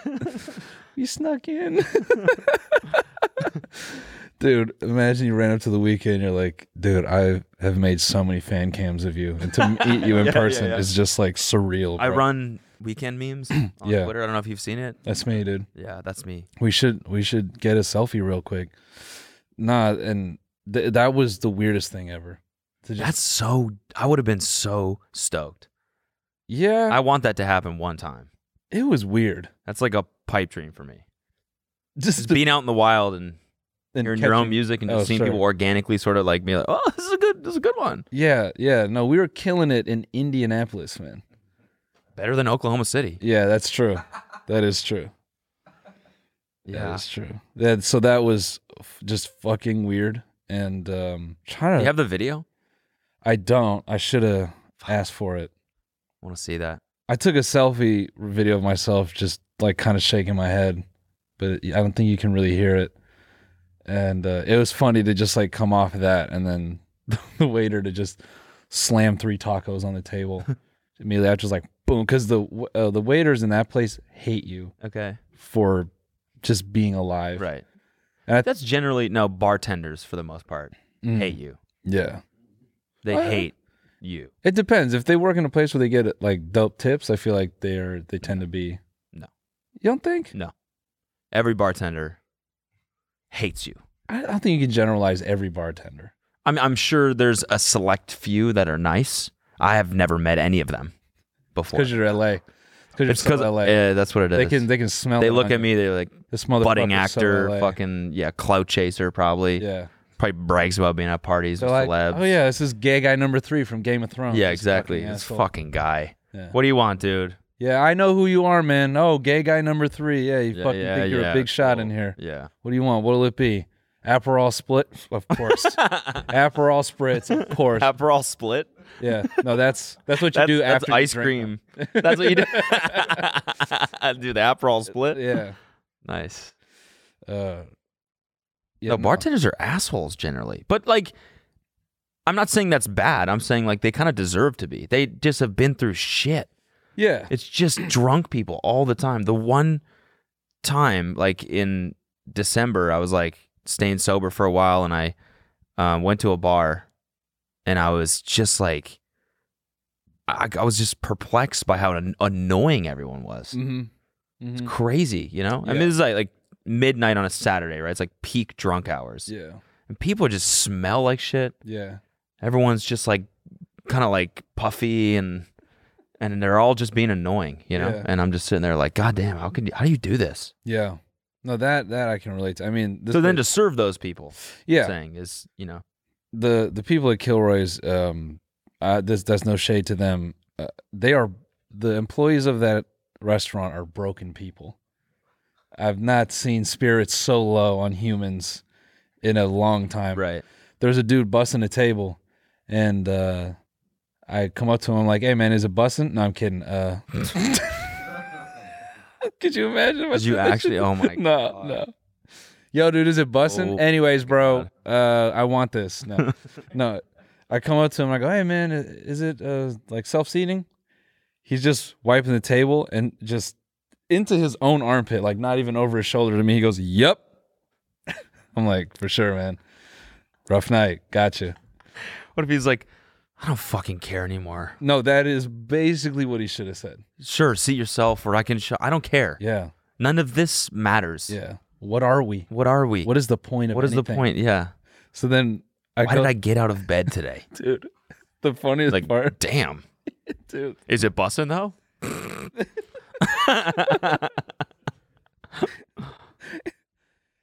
[SPEAKER 6] you snuck in. dude, imagine you ran up to the weekend. You're like, dude, I have made so many fan cams of you, and to meet you in person
[SPEAKER 7] yeah.
[SPEAKER 6] is just like surreal.
[SPEAKER 7] I
[SPEAKER 6] bro.
[SPEAKER 7] run weekend memes on
[SPEAKER 6] Yeah.
[SPEAKER 7] Twitter. I don't know if you've seen it.
[SPEAKER 6] That's me, dude.
[SPEAKER 7] Yeah, that's me.
[SPEAKER 6] We should we should get a selfie real quick. Nah, and th- that was the weirdest thing ever. To just-
[SPEAKER 7] That's so. I would have been so stoked.
[SPEAKER 6] yeah,
[SPEAKER 7] I want that to happen one time.
[SPEAKER 6] it was weird.
[SPEAKER 7] That's like a pipe dream for me. Just
[SPEAKER 6] the-
[SPEAKER 7] being out in the wild and
[SPEAKER 6] and
[SPEAKER 7] hearing your own
[SPEAKER 6] catching-
[SPEAKER 7] music and just
[SPEAKER 6] Oh,
[SPEAKER 7] seeing
[SPEAKER 6] sorry.
[SPEAKER 7] people organically sort of like be like, oh, this is a good, this is a good one.
[SPEAKER 6] Yeah, yeah. No, we were killing it in Indianapolis, man.
[SPEAKER 7] Better than Oklahoma City.
[SPEAKER 6] Yeah, that's true. That is true. That is true. That so that was f- just fucking weird. And um trying
[SPEAKER 7] You
[SPEAKER 6] to
[SPEAKER 7] have the video?
[SPEAKER 6] I don't. I should have asked for it.
[SPEAKER 7] I want to see that.
[SPEAKER 6] I took a selfie video of myself just like kind of shaking my head, but I don't think you can really hear it. And uh, it was funny to just like come off of that and then the waiter to just slam three tacos on the table. Immediately after was like boom cuz the w- uh, the waiters in that place hate you
[SPEAKER 7] Okay.
[SPEAKER 6] for just being alive.
[SPEAKER 7] Right.
[SPEAKER 6] And I-
[SPEAKER 7] That's generally no bartenders for the most part
[SPEAKER 6] Mm.
[SPEAKER 7] hate you.
[SPEAKER 6] Yeah.
[SPEAKER 7] They
[SPEAKER 6] Oh, yeah.
[SPEAKER 7] hate you.
[SPEAKER 6] It depends. If they work in a place where they get like dope tips, I feel like they're they tend to be.
[SPEAKER 7] No.
[SPEAKER 6] You don't think?
[SPEAKER 7] Every bartender hates you.
[SPEAKER 6] I don't think you can generalize every bartender.
[SPEAKER 7] I'm I'm sure there's a select few that are nice. I have never met any of them before.
[SPEAKER 6] Because you're LA. Because
[SPEAKER 7] It's because yeah, that's what it is.
[SPEAKER 6] they can they can smell.
[SPEAKER 7] They
[SPEAKER 6] it
[SPEAKER 7] look
[SPEAKER 6] on
[SPEAKER 7] at
[SPEAKER 6] you.
[SPEAKER 7] me. They're like
[SPEAKER 6] This motherfucker.
[SPEAKER 7] budding actor, fucking yeah, clout chaser probably.
[SPEAKER 6] Yeah.
[SPEAKER 7] Probably brags about being at parties
[SPEAKER 6] They're like,
[SPEAKER 7] with celebs.
[SPEAKER 6] oh yeah, this is gay guy number three from Game of Thrones.
[SPEAKER 7] yeah,
[SPEAKER 6] This
[SPEAKER 7] exactly.
[SPEAKER 6] Fucking
[SPEAKER 7] this
[SPEAKER 6] asshole.
[SPEAKER 7] fucking guy.
[SPEAKER 6] Yeah.
[SPEAKER 7] What do you want, dude?
[SPEAKER 6] Yeah, I know who you are, man. Oh, gay guy number three. Yeah, you
[SPEAKER 7] Yeah,
[SPEAKER 6] fucking
[SPEAKER 7] yeah,
[SPEAKER 6] think you're
[SPEAKER 7] yeah,
[SPEAKER 6] a big shot
[SPEAKER 7] cool.
[SPEAKER 6] in here.
[SPEAKER 7] Yeah.
[SPEAKER 6] What do you want? What'll it be? Aperol split, of course. Aperol spritz, of course.
[SPEAKER 7] Aperol split.
[SPEAKER 6] yeah, no, that's that's what you
[SPEAKER 7] That's,
[SPEAKER 6] do
[SPEAKER 7] that's
[SPEAKER 6] after you
[SPEAKER 7] ice
[SPEAKER 6] drink
[SPEAKER 7] cream. that's what you do. do the Aperol split.
[SPEAKER 6] them. Yeah.
[SPEAKER 7] Nice.
[SPEAKER 6] Uh, yeah,
[SPEAKER 7] no, bartenders are assholes generally. But like I'm not saying that's bad. I'm saying like they kind of deserve to be. They just have been through shit.
[SPEAKER 6] Yeah,
[SPEAKER 7] It's just drunk people all the time. The one time, like in December, I was like staying sober for a while, and I um, went to a bar, and I was just like, I, I was just perplexed by how an- annoying everyone was.
[SPEAKER 6] hmm
[SPEAKER 7] It's crazy, you know. I mean,
[SPEAKER 6] Yeah.
[SPEAKER 7] this is like like midnight on a Saturday, right? It's like peak drunk hours,
[SPEAKER 6] yeah,
[SPEAKER 7] and people just smell like shit.
[SPEAKER 6] yeah,
[SPEAKER 7] Everyone's just like kind of like puffy and and they're all just being annoying, you know?
[SPEAKER 6] Yeah.
[SPEAKER 7] And I'm just sitting there like, God damn, how could you, how do you do this?
[SPEAKER 6] yeah. No, that that I can relate to. I mean, this
[SPEAKER 7] so then
[SPEAKER 6] was-
[SPEAKER 7] to serve those people
[SPEAKER 6] yeah,
[SPEAKER 7] saying is, you know,
[SPEAKER 6] the the people at Kilroy's, um, uh, this that's no shade to them. Uh, they are the employees of that restaurant are broken people. I've not seen spirits so low on humans in a long time.
[SPEAKER 7] right.
[SPEAKER 6] There's a dude bussing a table, and uh, I come up to him like, "Hey man, is it bussing?" No, I'm kidding. Uh, could you imagine? if I
[SPEAKER 7] Did you
[SPEAKER 6] said that
[SPEAKER 7] actually,
[SPEAKER 6] shit?
[SPEAKER 7] oh my
[SPEAKER 6] no,
[SPEAKER 7] God.
[SPEAKER 6] no. Yo, dude, is it bussing?
[SPEAKER 7] Oh,
[SPEAKER 6] Anyways, bro, uh, I want this. No, no. I come up to him. I go, hey, man, i- is it uh, like self seating? He's just wiping the table and just into his own armpit, like not even over his shoulder to me. He goes, yep. I'm like, for sure, man. Rough night. Gotcha.
[SPEAKER 7] What if he's like, I don't fucking care anymore.
[SPEAKER 6] No, that is basically what he should have said.
[SPEAKER 7] Sure, seat yourself or I can, sh- I don't care.
[SPEAKER 6] Yeah.
[SPEAKER 7] None of this matters.
[SPEAKER 6] Yeah. What are we?
[SPEAKER 7] What are we?
[SPEAKER 6] What is the point of
[SPEAKER 7] what is the
[SPEAKER 6] anything?
[SPEAKER 7] point? Yeah.
[SPEAKER 6] So then I
[SPEAKER 7] Why
[SPEAKER 6] go,
[SPEAKER 7] did I get out of bed today?
[SPEAKER 6] dude, the funniest
[SPEAKER 7] like,
[SPEAKER 6] part.
[SPEAKER 7] damn.
[SPEAKER 6] Dude.
[SPEAKER 7] Is it bussing though?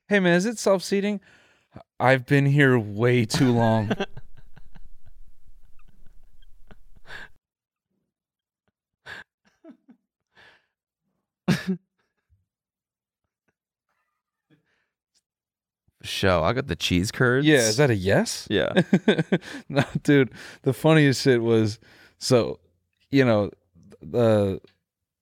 [SPEAKER 6] hey man, is it self seating? I've been here way too long.
[SPEAKER 7] Show. I got the cheese curds.
[SPEAKER 6] yeah, is that a yes?
[SPEAKER 7] yeah.
[SPEAKER 6] no, dude, the funniest shit was so, you know, the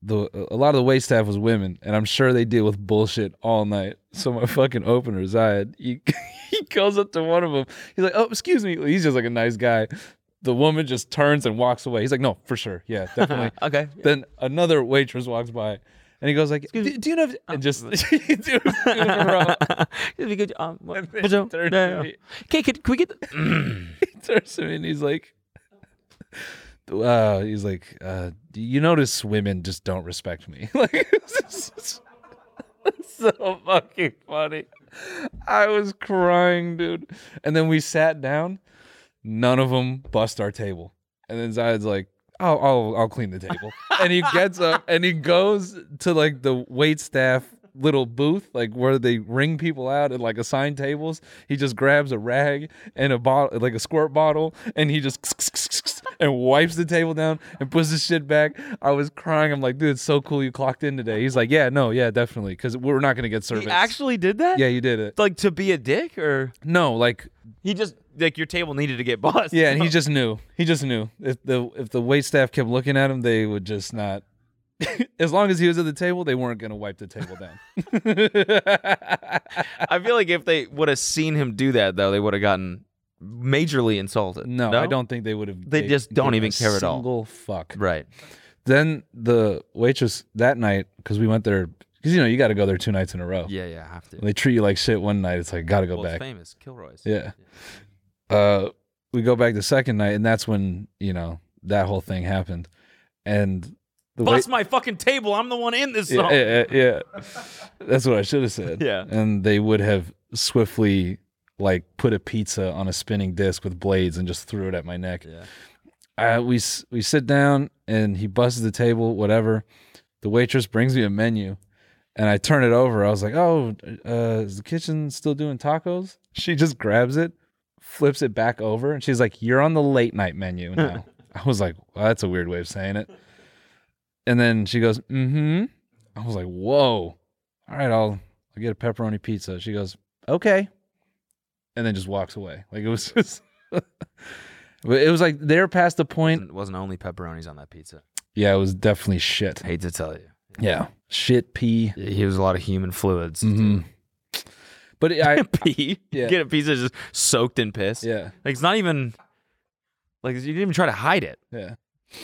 [SPEAKER 6] the a lot of the wait staff was women, and I'm sure they deal with bullshit all night. So my fucking opener, Zayed, he he goes up to one of them. He's like, "Oh, excuse me." He's just like a nice guy. The woman just turns and walks away. He's like, "No, for sure, yeah, definitely."
[SPEAKER 7] Okay.
[SPEAKER 6] Then another waitress walks by, and he goes like, "Do, do you know?" if-" And just two in a row.
[SPEAKER 7] um,
[SPEAKER 6] And then he turns to me-
[SPEAKER 7] Okay, could, we get?
[SPEAKER 6] he turns to me and he's like, uh, he's like, uh, "Do you notice women just don't respect me. Like, it's just- it's so fucking funny. I was crying, dude. And then we sat down. None of them bust our table. And then Zayed's like, "I'll, I'll, I'll clean the table." and he gets up and he goes to like the wait staff little booth, like where they ring people out and like assign tables. He just grabs a rag and a bottle, like a squirt bottle, and he just and wipes the table down and puts the shit back. I was crying. I'm like, dude, it's so cool you clocked in today. He's like, yeah, no, yeah, definitely, because we're not gonna get service.
[SPEAKER 7] He actually did that?
[SPEAKER 6] yeah, you did it.
[SPEAKER 7] Like to be a dick, or
[SPEAKER 6] No, like
[SPEAKER 7] he just like your table needed to get bossed.
[SPEAKER 6] Yeah, and he just knew. He just knew. If the if the wait staff kept looking at him, they would just not. as long as he was at the table, they weren't going to wipe the table down.
[SPEAKER 7] I feel like if they would have seen him do that, though, they would have gotten majorly insulted.
[SPEAKER 6] No, I don't think they would have.
[SPEAKER 7] They just don't
[SPEAKER 6] given
[SPEAKER 7] even care at all.
[SPEAKER 6] A single fuck.
[SPEAKER 7] Right.
[SPEAKER 6] Then the waitress that night, because we went there, because you know you got to go there two nights in a row.
[SPEAKER 7] Yeah, yeah, I have to.
[SPEAKER 6] They treat you like shit one night. It's like gotta go
[SPEAKER 7] well, it's
[SPEAKER 6] back.
[SPEAKER 7] famous Kilroy's.
[SPEAKER 6] Yeah. Uh, we go back the second night, and that's when you know that whole thing happened, and the wait-
[SPEAKER 7] Bust my fucking table. I'm the one in this
[SPEAKER 6] yeah,
[SPEAKER 7] song.
[SPEAKER 6] yeah, yeah. That's what I should have said.
[SPEAKER 7] Yeah.
[SPEAKER 6] And they would have swiftly like put a pizza on a spinning disc with blades and just threw it at my neck.
[SPEAKER 7] Yeah.
[SPEAKER 6] Uh, we s- we sit down and he busts the table, whatever. The waitress brings me a menu, and I turn it over. I was like, "Oh, uh, is the kitchen still doing tacos?" She just grabs it, flips it back over, and she's like, "You're on the late night menu now." I was like, well, "That's a weird way of saying it." And then she goes, "Mm-hmm." I was like, "Whoa, all right, I'll I'll get a pepperoni pizza." She goes, "Okay," and then just walks away. Like it was just. But it was like they're past the point.
[SPEAKER 7] It wasn't only pepperonis on that pizza.
[SPEAKER 6] Yeah, it was definitely shit.
[SPEAKER 7] I hate to tell you.
[SPEAKER 6] Yeah, shit pee.
[SPEAKER 7] He was a lot of human fluids.
[SPEAKER 6] Mhm. But it- I
[SPEAKER 7] Pee.
[SPEAKER 6] Yeah.
[SPEAKER 7] Get a pizza just soaked in piss.
[SPEAKER 6] yeah
[SPEAKER 7] Like it's not even like you didn't even try to hide it.
[SPEAKER 6] yeah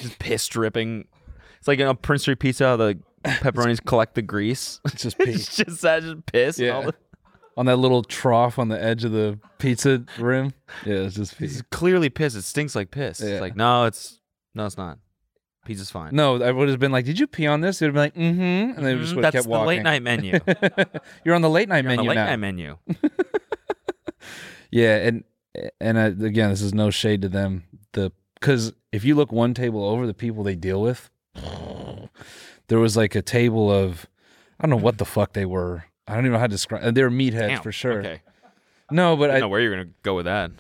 [SPEAKER 7] Just piss dripping. It's like you know, Prince Street Pizza. How the pepperonis collect the grease.
[SPEAKER 6] it's just pee
[SPEAKER 7] it's just that, just piss. and all
[SPEAKER 6] Yeah.
[SPEAKER 7] the-
[SPEAKER 6] on that little trough on the edge of the pizza rim. Yeah, it's just pee.
[SPEAKER 7] it's clearly piss. It stinks like piss.
[SPEAKER 6] Yeah.
[SPEAKER 7] It's like no, it's no, it's not. Pizza's fine.
[SPEAKER 6] No, I would have been like, "Did you pee on this?" It would have been like, "Mm-hmm," and they
[SPEAKER 7] Mhm,
[SPEAKER 6] just would have
[SPEAKER 7] that's
[SPEAKER 6] kept
[SPEAKER 7] the
[SPEAKER 6] walking.
[SPEAKER 7] late night menu. On
[SPEAKER 6] You're on the late night
[SPEAKER 7] the
[SPEAKER 6] menu
[SPEAKER 7] late
[SPEAKER 6] now.
[SPEAKER 7] night menu.
[SPEAKER 6] Yeah, and and I, again, this is no shade to them. The because if you look one table over, the people they deal with, there was like a table of, I don't know what the fuck they were. I don't even know how to describe. They were meatheads
[SPEAKER 7] Damn,
[SPEAKER 6] for sure.
[SPEAKER 7] Okay.
[SPEAKER 6] No, but
[SPEAKER 7] I
[SPEAKER 6] I Uh,
[SPEAKER 7] don't know where you're gonna go with that.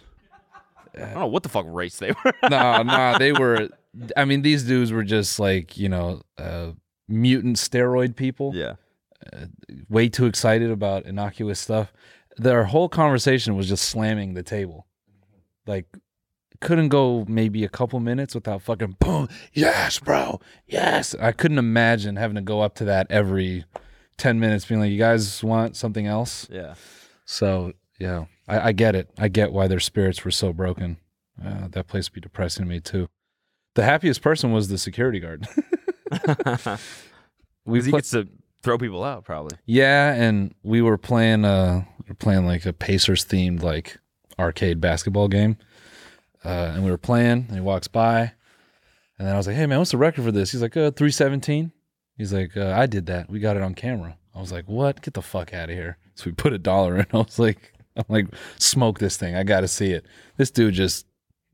[SPEAKER 7] I don't know what the fuck race they were.
[SPEAKER 6] no, no, they were. I mean, these dudes were just like you know, uh, mutant steroid people.
[SPEAKER 7] yeah.
[SPEAKER 6] way too excited about innocuous stuff. Their whole conversation was just slamming the table. Like, couldn't go maybe a couple minutes without fucking boom. Yes, bro. Yes. I couldn't imagine having to go up to that every 10 minutes being like, you guys want something else?
[SPEAKER 7] Yeah.
[SPEAKER 6] So, yeah, I, I get it. I get why their spirits were so broken. Uh, that place would be depressing to me, too. The happiest person was the security guard.
[SPEAKER 7] Because he gets to throw people out, probably.
[SPEAKER 6] Yeah, and we were playing uh we were playing like a Pacers themed like arcade basketball game. Uh, and we were playing and he walks by and then I was like, Hey man, what's the record for this? He's like, uh three seventeen. He's like, uh, I did that. We got it on camera. I was like, What? Get the fuck out of here. So we put a dollar in. I was like I'm like, smoke this thing. I gotta see it. This dude just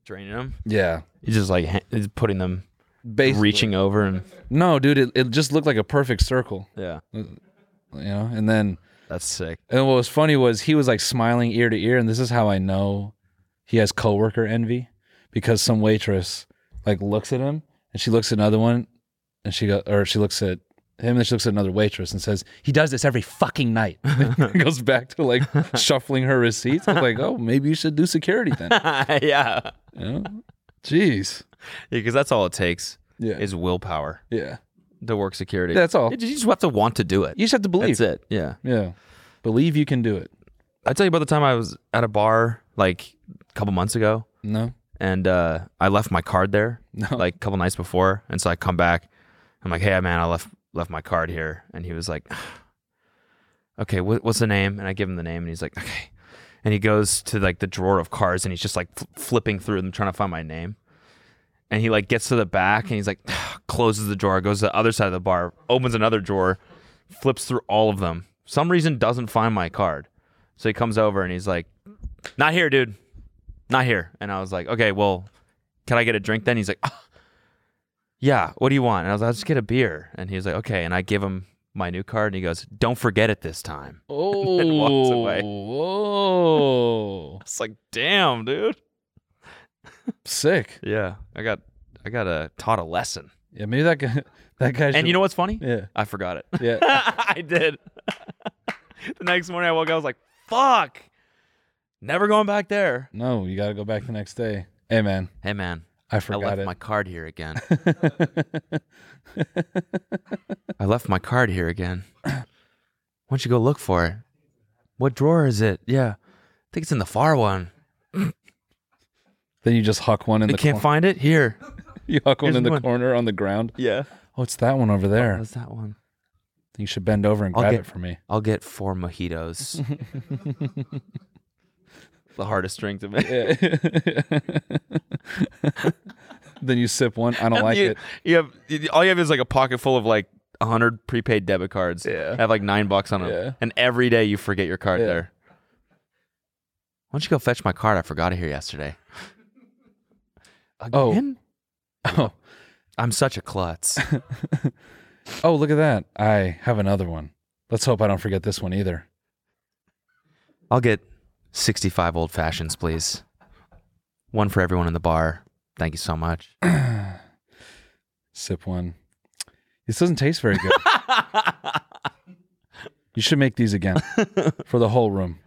[SPEAKER 7] Draining them.
[SPEAKER 6] yeah.
[SPEAKER 7] He's just like ha- he's putting them,
[SPEAKER 6] Basically.
[SPEAKER 7] reaching over and
[SPEAKER 6] No, dude, it, it just looked like a perfect circle.
[SPEAKER 7] yeah,
[SPEAKER 6] You know, and then
[SPEAKER 7] that's sick.
[SPEAKER 6] And what was funny was he was like smiling ear to ear, and this is how I know he has coworker envy because some waitress like looks at him and she looks at another one and she go or she looks at him and she looks at another waitress and says he does this every fucking night. goes back to like shuffling her receipts. I'm like, oh, maybe you should do security then.
[SPEAKER 7] yeah,
[SPEAKER 6] You know? Jeez.
[SPEAKER 7] because that's all it takes
[SPEAKER 6] Yeah.
[SPEAKER 7] is willpower
[SPEAKER 6] yeah.
[SPEAKER 7] to work security.
[SPEAKER 6] That's all.
[SPEAKER 7] You just have to want to do it.
[SPEAKER 6] You just have to believe.
[SPEAKER 7] That's it. Yeah.
[SPEAKER 6] Yeah. Believe you can do it.
[SPEAKER 7] I tell you about the time I was at a bar like a couple months ago,
[SPEAKER 6] No.
[SPEAKER 7] and uh, I left my card there like a couple nights before, and so I come back. I'm like, hey man, I left left my card here, and he was like, okay, what, what's the name? And I give him the name, and he's like, okay, and he goes to like the drawer of cards, and he's just like fl- flipping through them, trying to find my name. And he like gets to the back, and he's like, closes the drawer, goes to the other side of the bar, opens another drawer, flips through all of them. Some reason doesn't find my card, so he comes over and he's like, not here, dude not here. And I was like, okay, well, can I get a drink then? He's like, "Ah, yeah, what do you want? And I was like, I'll just get a beer. And he was like, okay. And I give him my new card and he goes, don't forget it this time.
[SPEAKER 6] Oh.
[SPEAKER 7] then walks away.
[SPEAKER 6] Whoa.
[SPEAKER 7] It's like, damn, dude.
[SPEAKER 6] Sick.
[SPEAKER 7] Yeah. I got, I got uh, taught a lesson.
[SPEAKER 6] Yeah, maybe that guy. That guy.
[SPEAKER 7] And you know what's funny?
[SPEAKER 6] Yeah.
[SPEAKER 7] I forgot it.
[SPEAKER 6] Yeah.
[SPEAKER 7] I did. the next morning I woke up, I was like, fuck, never going back there.
[SPEAKER 6] no, you got to go back the next day. Hey, man,
[SPEAKER 7] Hey, man,
[SPEAKER 6] I
[SPEAKER 7] I
[SPEAKER 6] forgot
[SPEAKER 7] left
[SPEAKER 6] it.
[SPEAKER 7] my card here again. I left my card here again. Why don't you go look for it? What drawer is it? Yeah. I think it's in the far one.
[SPEAKER 6] then you just huck one in
[SPEAKER 7] They
[SPEAKER 6] the.
[SPEAKER 7] can't
[SPEAKER 6] cor-
[SPEAKER 7] find it? Here.
[SPEAKER 6] you huck one
[SPEAKER 7] Here's
[SPEAKER 6] in the
[SPEAKER 7] one.
[SPEAKER 6] corner on the ground.
[SPEAKER 7] Yeah.
[SPEAKER 6] Oh, it's that one over there.
[SPEAKER 7] What's that one?
[SPEAKER 6] you should bend over and
[SPEAKER 7] I'll
[SPEAKER 6] grab
[SPEAKER 7] get-
[SPEAKER 6] it for me.
[SPEAKER 7] I'll get four mojitos. the hardest drink to make.
[SPEAKER 6] Yeah. then you sip one. I don't like
[SPEAKER 7] you,
[SPEAKER 6] it.
[SPEAKER 7] You have you- all you have is like a pocket full of like hundred prepaid debit cards. Yeah. Have like nine bucks on them.
[SPEAKER 6] Yeah.
[SPEAKER 7] And every day you forget your card
[SPEAKER 6] Yeah.
[SPEAKER 7] there. Why don't you go fetch my card? I forgot it here yesterday.
[SPEAKER 6] Oh.
[SPEAKER 7] Again?
[SPEAKER 6] Oh,
[SPEAKER 7] I'm such a klutz.
[SPEAKER 6] Oh, look at that. I have another one. Let's hope I don't forget this one either.
[SPEAKER 7] I'll get 65 old fashions, please. One for everyone in the bar. Thank you so much.
[SPEAKER 6] Sip one. This doesn't taste very good. you should make these again for the whole room.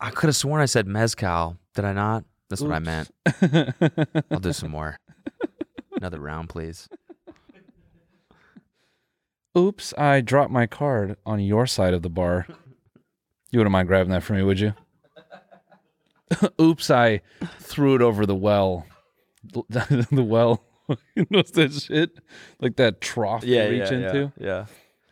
[SPEAKER 7] I could have sworn I said mezcal. Did I not? That's what I
[SPEAKER 6] Oops.
[SPEAKER 7] meant. I'll do some more. Another round, please.
[SPEAKER 6] Oops, I dropped my card on your side of the bar. You wouldn't mind grabbing that for me, would you? Oops, I threw it over the well. the well. What's that shit? Like that trough you reach into?
[SPEAKER 7] Yeah,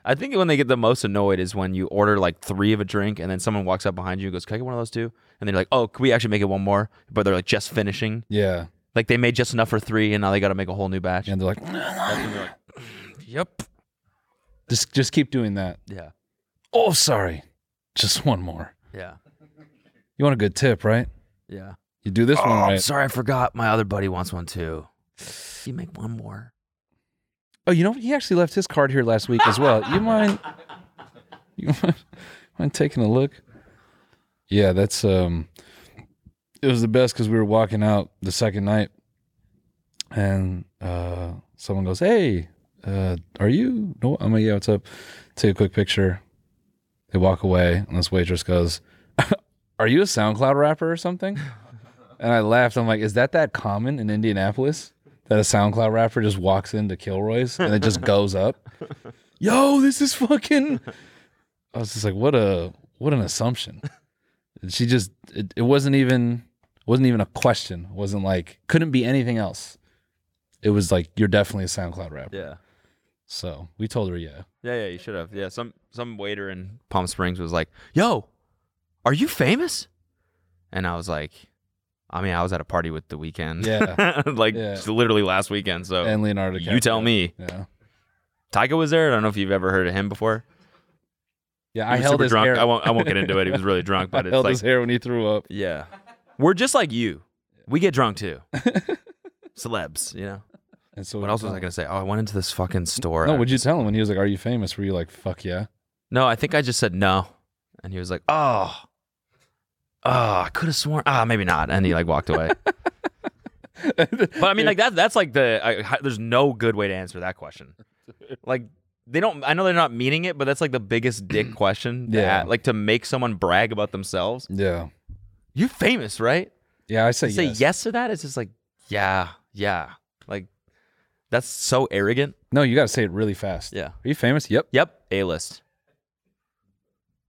[SPEAKER 7] I think when they get the most annoyed is when you order like three of a drink and then someone walks up behind you and goes, Can I get one of those two? And they're like, Oh, can we actually make it one more? But they're like just finishing.
[SPEAKER 6] Yeah.
[SPEAKER 7] Like they made just enough for three and now they got to make a whole new batch.
[SPEAKER 6] And they're like,
[SPEAKER 7] Yep.
[SPEAKER 6] just just keep doing that.
[SPEAKER 7] Yeah.
[SPEAKER 6] Oh, sorry. Just one more.
[SPEAKER 7] Yeah.
[SPEAKER 6] You want a good tip, right?
[SPEAKER 7] Yeah.
[SPEAKER 6] You do this one
[SPEAKER 7] Oh, I'm
[SPEAKER 6] right.
[SPEAKER 7] sorry, I forgot. My other buddy wants one too. You make one more.
[SPEAKER 6] Oh, you know he actually left his card here last week as well. You mind? You mind, mind taking a look? Yeah, that's um. It was the best because we were walking out the second night, and uh, someone goes, "Hey, uh, are you?" No, I'm like, "Yeah, what's up?" Take a quick picture. They walk away, and this waitress goes, "Are you a SoundCloud rapper or something?" And I laughed. I'm like, "Is that that common in Indianapolis?" that a SoundCloud rapper just walks into Kilroy's and it just goes up. Yo, this is fucking. I was just like, what a what an assumption. And she just it, it wasn't even wasn't even a question. It wasn't like couldn't be anything else. It was like you're definitely a SoundCloud rapper.
[SPEAKER 7] Yeah.
[SPEAKER 6] So we told her, yeah.
[SPEAKER 7] Yeah, yeah, you should have. Yeah, some some waiter in Palm Springs was like, "Yo, are you famous?" And I was like, I mean, I was at a party with the weekend.
[SPEAKER 6] Yeah.
[SPEAKER 7] like
[SPEAKER 6] Yeah.
[SPEAKER 7] just literally last weekend. So
[SPEAKER 6] and Leonardo.
[SPEAKER 7] Oh, you tell
[SPEAKER 6] DiCaprio.
[SPEAKER 7] me.
[SPEAKER 6] Yeah.
[SPEAKER 7] Tyga was there. I don't know if you've ever heard of him before.
[SPEAKER 6] Yeah,
[SPEAKER 7] He
[SPEAKER 6] I
[SPEAKER 7] was
[SPEAKER 6] held
[SPEAKER 7] super
[SPEAKER 6] his
[SPEAKER 7] drunk.
[SPEAKER 6] hair.
[SPEAKER 7] I won't I won't get into it. He was really drunk, but
[SPEAKER 6] I
[SPEAKER 7] it's
[SPEAKER 6] held
[SPEAKER 7] like
[SPEAKER 6] his hair when he threw up.
[SPEAKER 7] Yeah. We're just like you. We get drunk too. Celebs, you know.
[SPEAKER 6] And so
[SPEAKER 7] What else was I gonna say? Oh, I went into this fucking store.
[SPEAKER 6] No, would you tell him when he was like, "Are you famous?" Were you like, "Fuck yeah"?
[SPEAKER 7] No, I think I just said no. And he was like, Oh. Oh, I could have sworn. Ah, maybe not. And he like walked away. but I mean, like that. That's like the. I, hi- there's no good way to answer that question. Like they don't. I know they're not meaning it, but that's like the biggest dick question. to
[SPEAKER 6] Yeah.
[SPEAKER 7] a- like to make someone brag about themselves.
[SPEAKER 6] Yeah.
[SPEAKER 7] You're famous, right?
[SPEAKER 6] Yeah, I say
[SPEAKER 7] To say yes. to that, it's just like, yeah, yeah. Like that's so arrogant.
[SPEAKER 6] No, you got to say it really fast.
[SPEAKER 7] Yeah.
[SPEAKER 6] Are you famous? Yep.
[SPEAKER 7] Yep. A list.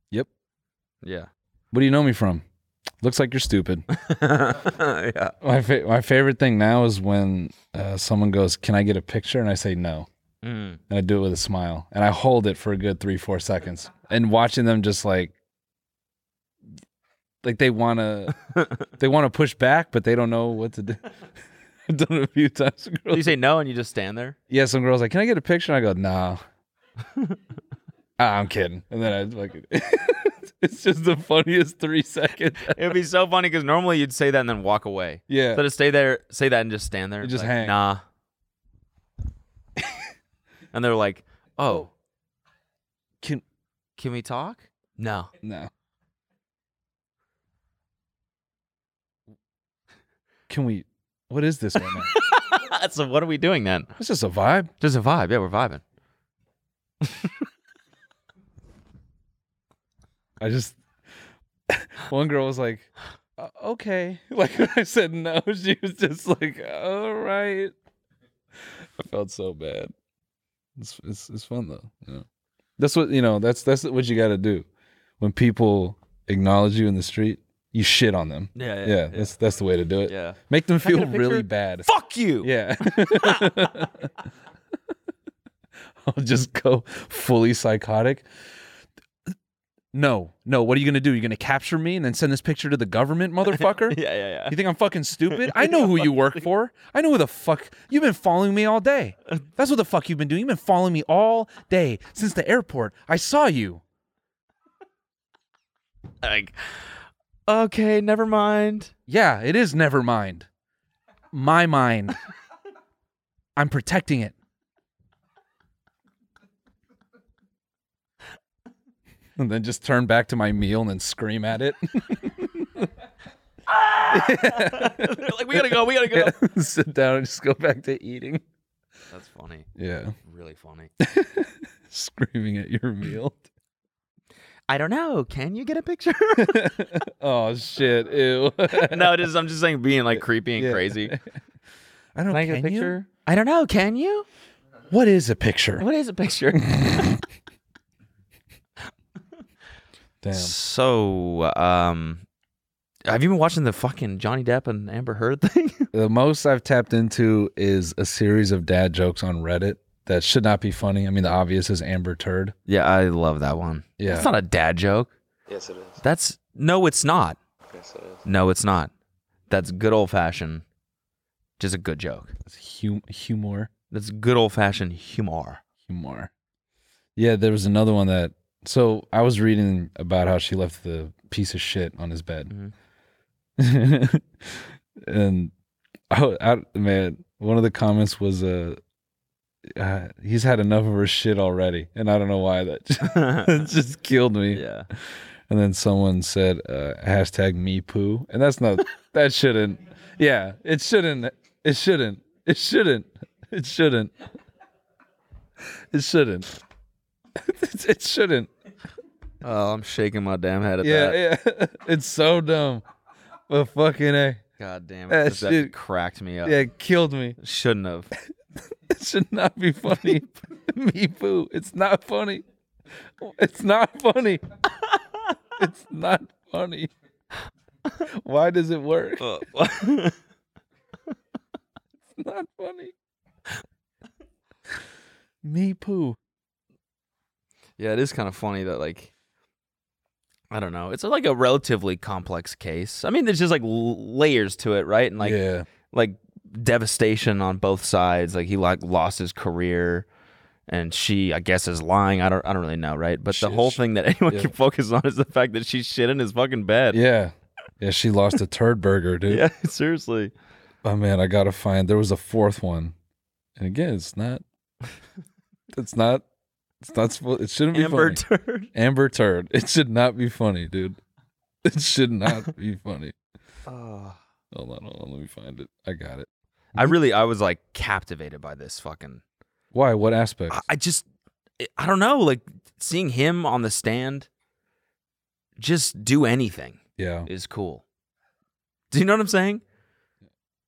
[SPEAKER 6] Yep.
[SPEAKER 7] Yeah.
[SPEAKER 6] What do you know me from? Looks like you're stupid.
[SPEAKER 7] yeah.
[SPEAKER 6] my fa- my favorite thing now is when uh, someone goes, "Can I get a picture?" and I say no,
[SPEAKER 7] Mm.
[SPEAKER 6] and I do it with a smile, and I hold it for a good three four seconds, and watching them just like. Like they wanna, they wanna push back, but they don't know what to do. I've done it a few times. Girls,
[SPEAKER 7] You say no and you just stand there.
[SPEAKER 6] yeah, some girls like, can I get a picture? And I go, nah. Ah, I'm kidding. And then I like, it's just the funniest three seconds.
[SPEAKER 7] It would be so funny because normally you'd say that and then walk away.
[SPEAKER 6] Yeah.
[SPEAKER 7] So to stay there, say that and just stand there.
[SPEAKER 6] You just
[SPEAKER 7] like,
[SPEAKER 6] hang.
[SPEAKER 7] Nah. and they're like, "Oh,
[SPEAKER 6] Can
[SPEAKER 7] can we talk?" No.
[SPEAKER 6] no. Can we? What is this right now?
[SPEAKER 7] so what are we doing then?
[SPEAKER 6] it's just a vibe.
[SPEAKER 7] Just a vibe. Yeah, we're vibing.
[SPEAKER 6] I just. One girl was like, "Uh, okay. Like when I said no, she was just like, all right. I felt so bad. It's it's, it's fun though. You know? That's what you know. That's that's what you got to do. When people acknowledge you in the street, you shit on them.
[SPEAKER 7] Yeah.
[SPEAKER 6] Yeah, that's that's the way to do it.
[SPEAKER 7] Yeah.
[SPEAKER 6] Make them
[SPEAKER 7] I get
[SPEAKER 6] feel
[SPEAKER 7] a picture?
[SPEAKER 6] really bad.
[SPEAKER 7] Fuck you.
[SPEAKER 6] Yeah. I'll just go fully psychotic. No, no. What are you gonna do? You're gonna capture me and then send this picture to the government, motherfucker?
[SPEAKER 7] Yeah. Yeah.
[SPEAKER 6] You think I'm fucking stupid? I know who you work for. I know who the fuck you've been following me all day. That's what the fuck you've been doing. You've been following me all day since the airport. I saw you.
[SPEAKER 7] yeah. Like, okay, never mind.
[SPEAKER 6] Yeah, it is never mind. My mind. I'm protecting it. and then just turn back to my meal and then scream at it.
[SPEAKER 7] like we gotta go, we gotta go.
[SPEAKER 6] Sit down and just go back to eating.
[SPEAKER 7] That's funny,
[SPEAKER 6] Yeah,
[SPEAKER 7] really funny.
[SPEAKER 6] screaming at your meal.
[SPEAKER 7] I don't know. Can you get a picture?
[SPEAKER 6] oh shit! Ew.
[SPEAKER 7] no, it is. I'm just saying, being like creepy and
[SPEAKER 6] Yeah.
[SPEAKER 7] crazy.
[SPEAKER 6] I don't.
[SPEAKER 7] Can I get a
[SPEAKER 6] can you?
[SPEAKER 7] picture? I don't know. Can you?
[SPEAKER 6] What is a picture?
[SPEAKER 7] What is a picture?
[SPEAKER 6] Damn.
[SPEAKER 7] so, um, have you been watching the fucking Johnny Depp and Amber Heard thing?
[SPEAKER 6] The most I've tapped into is a series of dad jokes on Reddit that should not be funny. I mean, the obvious is Amber Turd.
[SPEAKER 7] yeah, I love that one.
[SPEAKER 6] Yeah.
[SPEAKER 7] it's not a dad joke.
[SPEAKER 4] Yes, it is.
[SPEAKER 7] That's no, it's not.
[SPEAKER 4] Yes, it is.
[SPEAKER 7] No, it's not. That's good old fashioned. Just a good joke.
[SPEAKER 6] It's hum- humor.
[SPEAKER 7] That's good old fashioned humor.
[SPEAKER 6] Humor. Yeah, there was another one that. So I was reading about how she left the piece of shit on his bed, and I, I, man, one of the comments was, uh, uh, "He's had enough of her shit already," and I don't know why that just, it just killed me.
[SPEAKER 7] Yeah.
[SPEAKER 6] And then someone said uh, hashtag me poo, and that's not that shouldn't. Yeah, it shouldn't. It shouldn't. It shouldn't. It shouldn't. It shouldn't. it, it shouldn't.
[SPEAKER 7] Oh, I'm shaking my damn head at
[SPEAKER 6] Yeah,
[SPEAKER 7] that.
[SPEAKER 6] yeah. it's so dumb, but fucking a.
[SPEAKER 7] God damn
[SPEAKER 6] That
[SPEAKER 7] it. Just That,
[SPEAKER 6] shit-
[SPEAKER 7] cracked me up.
[SPEAKER 6] Yeah, it killed me.
[SPEAKER 7] Shouldn't have.
[SPEAKER 6] It should not be funny. me poo. It's not funny. It's not funny. it's not funny. Why does it work? not funny. Me poo.
[SPEAKER 7] yeah, it is kind of funny that like I don't know. It's like a relatively complex case. I mean, there's just like l- layers to it, right? And like
[SPEAKER 6] yeah,
[SPEAKER 7] like devastation on both sides. Like he like lost his career and she I guess is lying. I don't I don't really know, right? But the
[SPEAKER 6] She-
[SPEAKER 7] whole
[SPEAKER 6] she-
[SPEAKER 7] thing that anyone
[SPEAKER 6] yeah.
[SPEAKER 7] can focus on is the fact that she's shit in his fucking bed.
[SPEAKER 6] yeah, yeah. She lost a turd burger, dude.
[SPEAKER 7] yeah seriously.
[SPEAKER 6] Oh man, I gotta find. There was a fourth one, and again, it's not. It's not. It's not. suppo- It shouldn't be
[SPEAKER 7] Amber
[SPEAKER 6] funny.
[SPEAKER 7] Turd.
[SPEAKER 6] Amber turd. It should not be funny, dude. It should not be funny.
[SPEAKER 7] Oh.
[SPEAKER 6] Hold on, hold on. Let me find it. I got it.
[SPEAKER 7] I really, I was like captivated by this fucking.
[SPEAKER 6] Why? What aspect?
[SPEAKER 7] I, I just, I don't know, like seeing him on the stand, just do anything
[SPEAKER 6] yeah.
[SPEAKER 7] is cool. Do you know what I'm saying?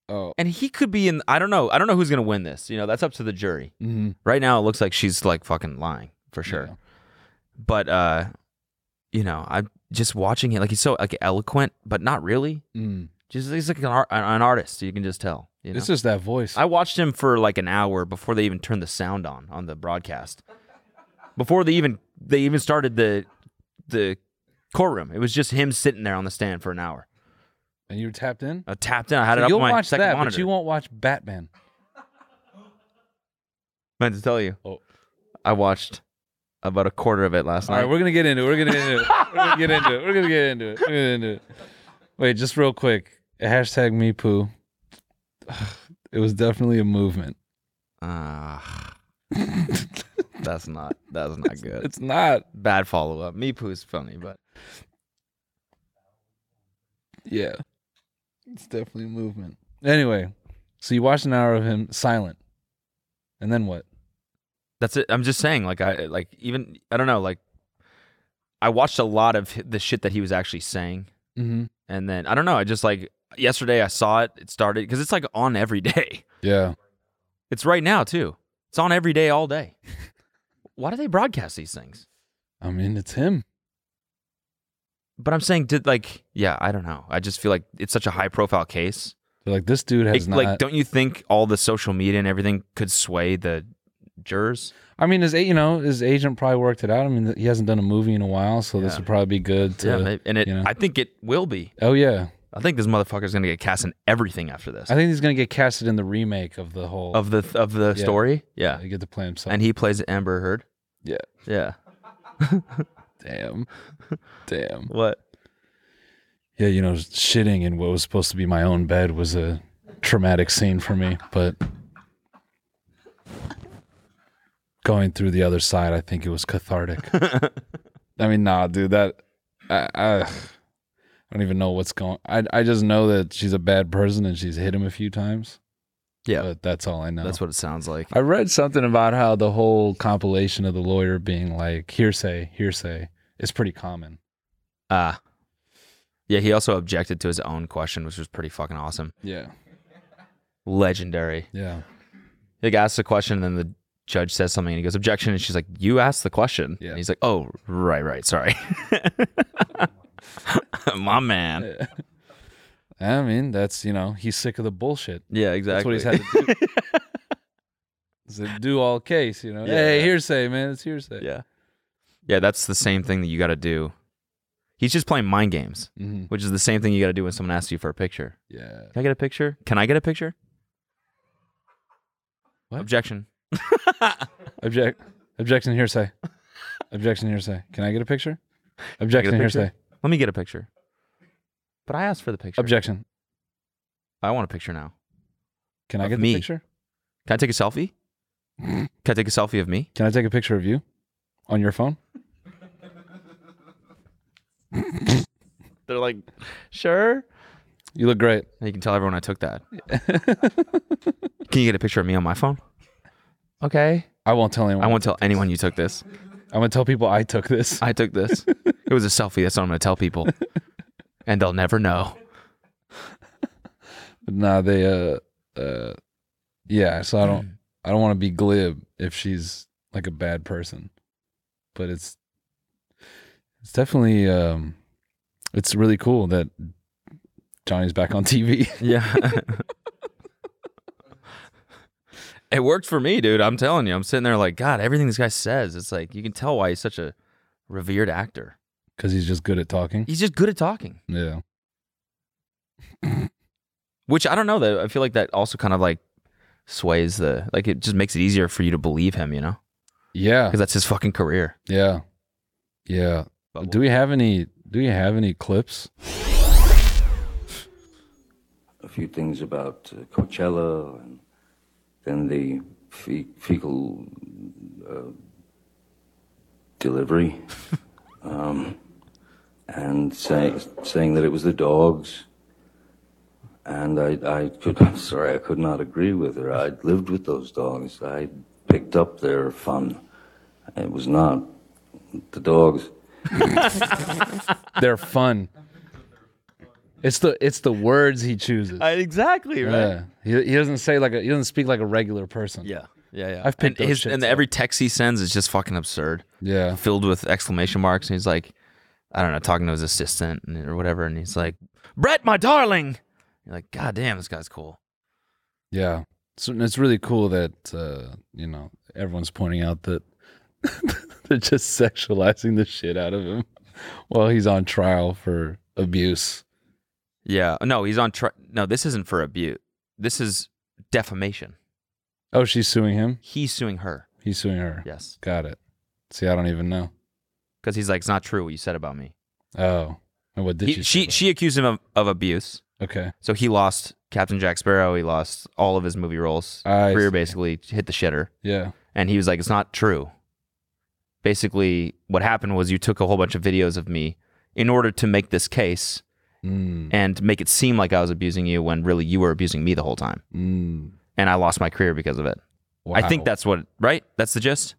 [SPEAKER 6] Oh.
[SPEAKER 7] And he could be in. I don't know. I don't know who's gonna win this. You know, that's up to the jury.
[SPEAKER 6] hmm
[SPEAKER 7] Right now, it looks like she's like fucking lying for sure.
[SPEAKER 6] Yeah.
[SPEAKER 7] But uh, you know, I'm just watching it. Like he's so like eloquent, but not really.
[SPEAKER 6] Mm.
[SPEAKER 7] Just he's like an, art, an artist. You can just tell. You know?
[SPEAKER 6] It's just that voice.
[SPEAKER 7] I watched him for like an hour before they even turned the sound on on the broadcast. Before they even they even started the the courtroom. It was just him sitting there on the stand for an hour.
[SPEAKER 6] and you were tapped in.
[SPEAKER 7] I tapped in. I had it up
[SPEAKER 6] You'll
[SPEAKER 7] on my
[SPEAKER 6] watch
[SPEAKER 7] second
[SPEAKER 6] that,
[SPEAKER 7] monitor.
[SPEAKER 6] but you won't watch Batman.
[SPEAKER 7] meant to tell you.
[SPEAKER 6] Oh.
[SPEAKER 7] I watched about a quarter of it last
[SPEAKER 6] All
[SPEAKER 7] night.
[SPEAKER 6] right, we're gonna get into it. We're gonna get into it. We're gonna get into it. We're gonna get into it. We're gonna get into it. Wait, just real quick. Hashtag me poo. It was definitely a movement.
[SPEAKER 7] Ah. that's not that's not good.
[SPEAKER 6] It's not.
[SPEAKER 7] Bad follow up. Me poo's funny, but
[SPEAKER 6] Yeah. It's definitely a movement. Anyway, so you watched an hour of him silent. And then what?
[SPEAKER 7] That's it. I'm just saying, like I like even I don't know, like I watched a lot of hi- the shit that he was actually saying,
[SPEAKER 6] Mm-hmm.
[SPEAKER 7] and then I don't know. I just like yesterday I saw it. It started because it's like on every day.
[SPEAKER 6] Yeah.
[SPEAKER 7] It's right now too. It's on every day, all day. Why do they broadcast these things?
[SPEAKER 6] I mean, it's him.
[SPEAKER 7] But I'm saying, did like yeah, I don't know. I just feel like it's such a high profile case.
[SPEAKER 6] They're like this dude has
[SPEAKER 7] It-
[SPEAKER 6] not.
[SPEAKER 7] like, don't you think all the social media and everything could sway the jurors?
[SPEAKER 6] I mean, his a- you know his agent probably worked it out. I mean, he hasn't done a movie in a while, so this
[SPEAKER 7] Yeah.
[SPEAKER 6] would probably be good. To,
[SPEAKER 7] yeah, maybe. and it.
[SPEAKER 6] you know.
[SPEAKER 7] I think it will be.
[SPEAKER 6] Oh yeah,
[SPEAKER 7] I think this motherfucker's gonna get cast in everything after this.
[SPEAKER 6] I think he's gonna get casted in the remake of the whole.
[SPEAKER 7] of the of the
[SPEAKER 6] Yeah.
[SPEAKER 7] story. Yeah,
[SPEAKER 6] you get to play himself.
[SPEAKER 7] and he plays Amber Heard.
[SPEAKER 6] Yeah.
[SPEAKER 7] yeah.
[SPEAKER 6] damn, damn.
[SPEAKER 7] What?
[SPEAKER 6] Yeah, you know, shitting in what was supposed to be my own bed was a traumatic scene for me, but going through the other side, I think it was cathartic. I mean, nah, dude, that I, I, I don't even know what's going. I I just know that she's a bad person and she's hit him a few times.
[SPEAKER 7] Yeah.
[SPEAKER 6] but that's all I know.
[SPEAKER 7] That's what it sounds like.
[SPEAKER 6] I read something about how the whole compilation of the lawyer being like hearsay, hearsay is pretty common.
[SPEAKER 7] Uh, yeah, he also objected to his own question, which was pretty fucking awesome.
[SPEAKER 6] Yeah,
[SPEAKER 7] Legendary.
[SPEAKER 6] yeah,
[SPEAKER 7] He like, asks a question, and then the judge says something, and he goes, Objection. And she's like, You asked the question.
[SPEAKER 6] Yeah.
[SPEAKER 7] And he's like, Oh, right, right. Sorry. My man.
[SPEAKER 6] I mean, that's you know, he's sick of the bullshit.
[SPEAKER 7] Yeah, exactly.
[SPEAKER 6] That's what he's had to do. It's a do all case, you know.
[SPEAKER 7] Yeah.
[SPEAKER 6] Hey, hearsay, man, it's hearsay.
[SPEAKER 7] Yeah. Yeah, that's the same thing that you got to do. He's just playing mind games,
[SPEAKER 6] Mhm.
[SPEAKER 7] which is the same thing you got to do when someone asks you for a picture.
[SPEAKER 6] yeah.
[SPEAKER 7] Can I get a picture? Can I get a picture?
[SPEAKER 6] What?
[SPEAKER 7] Objection.
[SPEAKER 6] Object. Objection. Hearsay. Objection. Hearsay. Can I get a picture? Objection.
[SPEAKER 7] picture?
[SPEAKER 6] Hearsay.
[SPEAKER 7] Let me get a picture. But I asked for the picture.
[SPEAKER 6] Objection.
[SPEAKER 7] I want a picture now.
[SPEAKER 6] Can I
[SPEAKER 7] Of
[SPEAKER 6] get
[SPEAKER 7] me.
[SPEAKER 6] the picture?
[SPEAKER 7] Can I take a selfie? Can I take a selfie of me?
[SPEAKER 6] Can I take a picture of you on your phone?
[SPEAKER 7] They're like, sure.
[SPEAKER 6] You look great.
[SPEAKER 7] And you can tell everyone I took that. can you get a picture of me on my phone? Okay.
[SPEAKER 6] I won't tell anyone.
[SPEAKER 7] I won't tell anyone you took this.
[SPEAKER 6] I'm gonna tell people I took this.
[SPEAKER 7] I took this. it was a selfie. That's what I'm going to tell people. And they'll never know.
[SPEAKER 6] nah, they. Uh. Uh. Yeah. So I don't. I don't want to be glib if she's like a bad person, but it's. It's definitely. Um. It's really cool that Johnny's back on TV.
[SPEAKER 7] Yeah. it worked for me, dude. I'm telling you. I'm sitting there like, God, everything this guy says, it's like you can tell why he's such a revered actor.
[SPEAKER 6] because he's just good at talking.
[SPEAKER 7] He's just good at talking.
[SPEAKER 6] Yeah.
[SPEAKER 7] Which I don't know though. I feel like that also kind of like sways the like it just makes it easier for you to believe him, you know?
[SPEAKER 6] Yeah.
[SPEAKER 7] Because that's his fucking career.
[SPEAKER 6] Yeah. Yeah.
[SPEAKER 7] But
[SPEAKER 6] Do we have any do you have any clips?
[SPEAKER 8] a few things about uh, Coachella and then the fe- fecal uh, delivery um, and say, saying that it was the dogs. And I, I could, I'm sorry, I could not agree with her. I'd lived with those dogs. I picked up their fun. It was not the dogs.
[SPEAKER 6] They're fun. It's the it's the words he chooses.
[SPEAKER 7] exactly,
[SPEAKER 6] Yeah. He, he doesn't say like a he doesn't speak like a regular person.
[SPEAKER 7] Yeah. Yeah, yeah.
[SPEAKER 6] I've picked
[SPEAKER 7] and,
[SPEAKER 6] those
[SPEAKER 7] his, and
[SPEAKER 6] shits
[SPEAKER 7] every text he sends is just fucking absurd.
[SPEAKER 6] Yeah.
[SPEAKER 7] filled with exclamation marks. And he's like, I don't know, talking to his assistant and- or whatever. And he's like, Brett, my darling. You're like, God damn, this guy's cool.
[SPEAKER 6] Yeah. So it's really cool that uh, you know, everyone's pointing out that they're just sexualizing the shit out of him while he's on trial for abuse.
[SPEAKER 7] Yeah. No, he's on. Tri- no, this isn't for abuse. This is defamation.
[SPEAKER 6] Oh, she's suing him?
[SPEAKER 7] He's suing her.
[SPEAKER 6] He's suing her.
[SPEAKER 7] Yes.
[SPEAKER 6] Got it. See, I don't even know.
[SPEAKER 7] Because he's like, it's not true what you said about me.
[SPEAKER 6] Oh. And what did
[SPEAKER 7] He-
[SPEAKER 6] you
[SPEAKER 7] she,
[SPEAKER 6] say?
[SPEAKER 7] she accused him of, of abuse.
[SPEAKER 6] Okay.
[SPEAKER 7] So he lost Captain Jack Sparrow. He lost all of his movie roles.
[SPEAKER 6] I
[SPEAKER 7] career
[SPEAKER 6] see.
[SPEAKER 7] basically hit the shitter.
[SPEAKER 6] Yeah.
[SPEAKER 7] and he was like, "It's not true." Basically, what happened was you took a whole bunch of videos of me in order to make this case
[SPEAKER 6] Mm,
[SPEAKER 7] and make it seem like I was abusing you when really you were abusing me the whole time,
[SPEAKER 6] mm.
[SPEAKER 7] and I lost my career because of it. I think
[SPEAKER 6] Wow.
[SPEAKER 7] that's what right. That's the gist.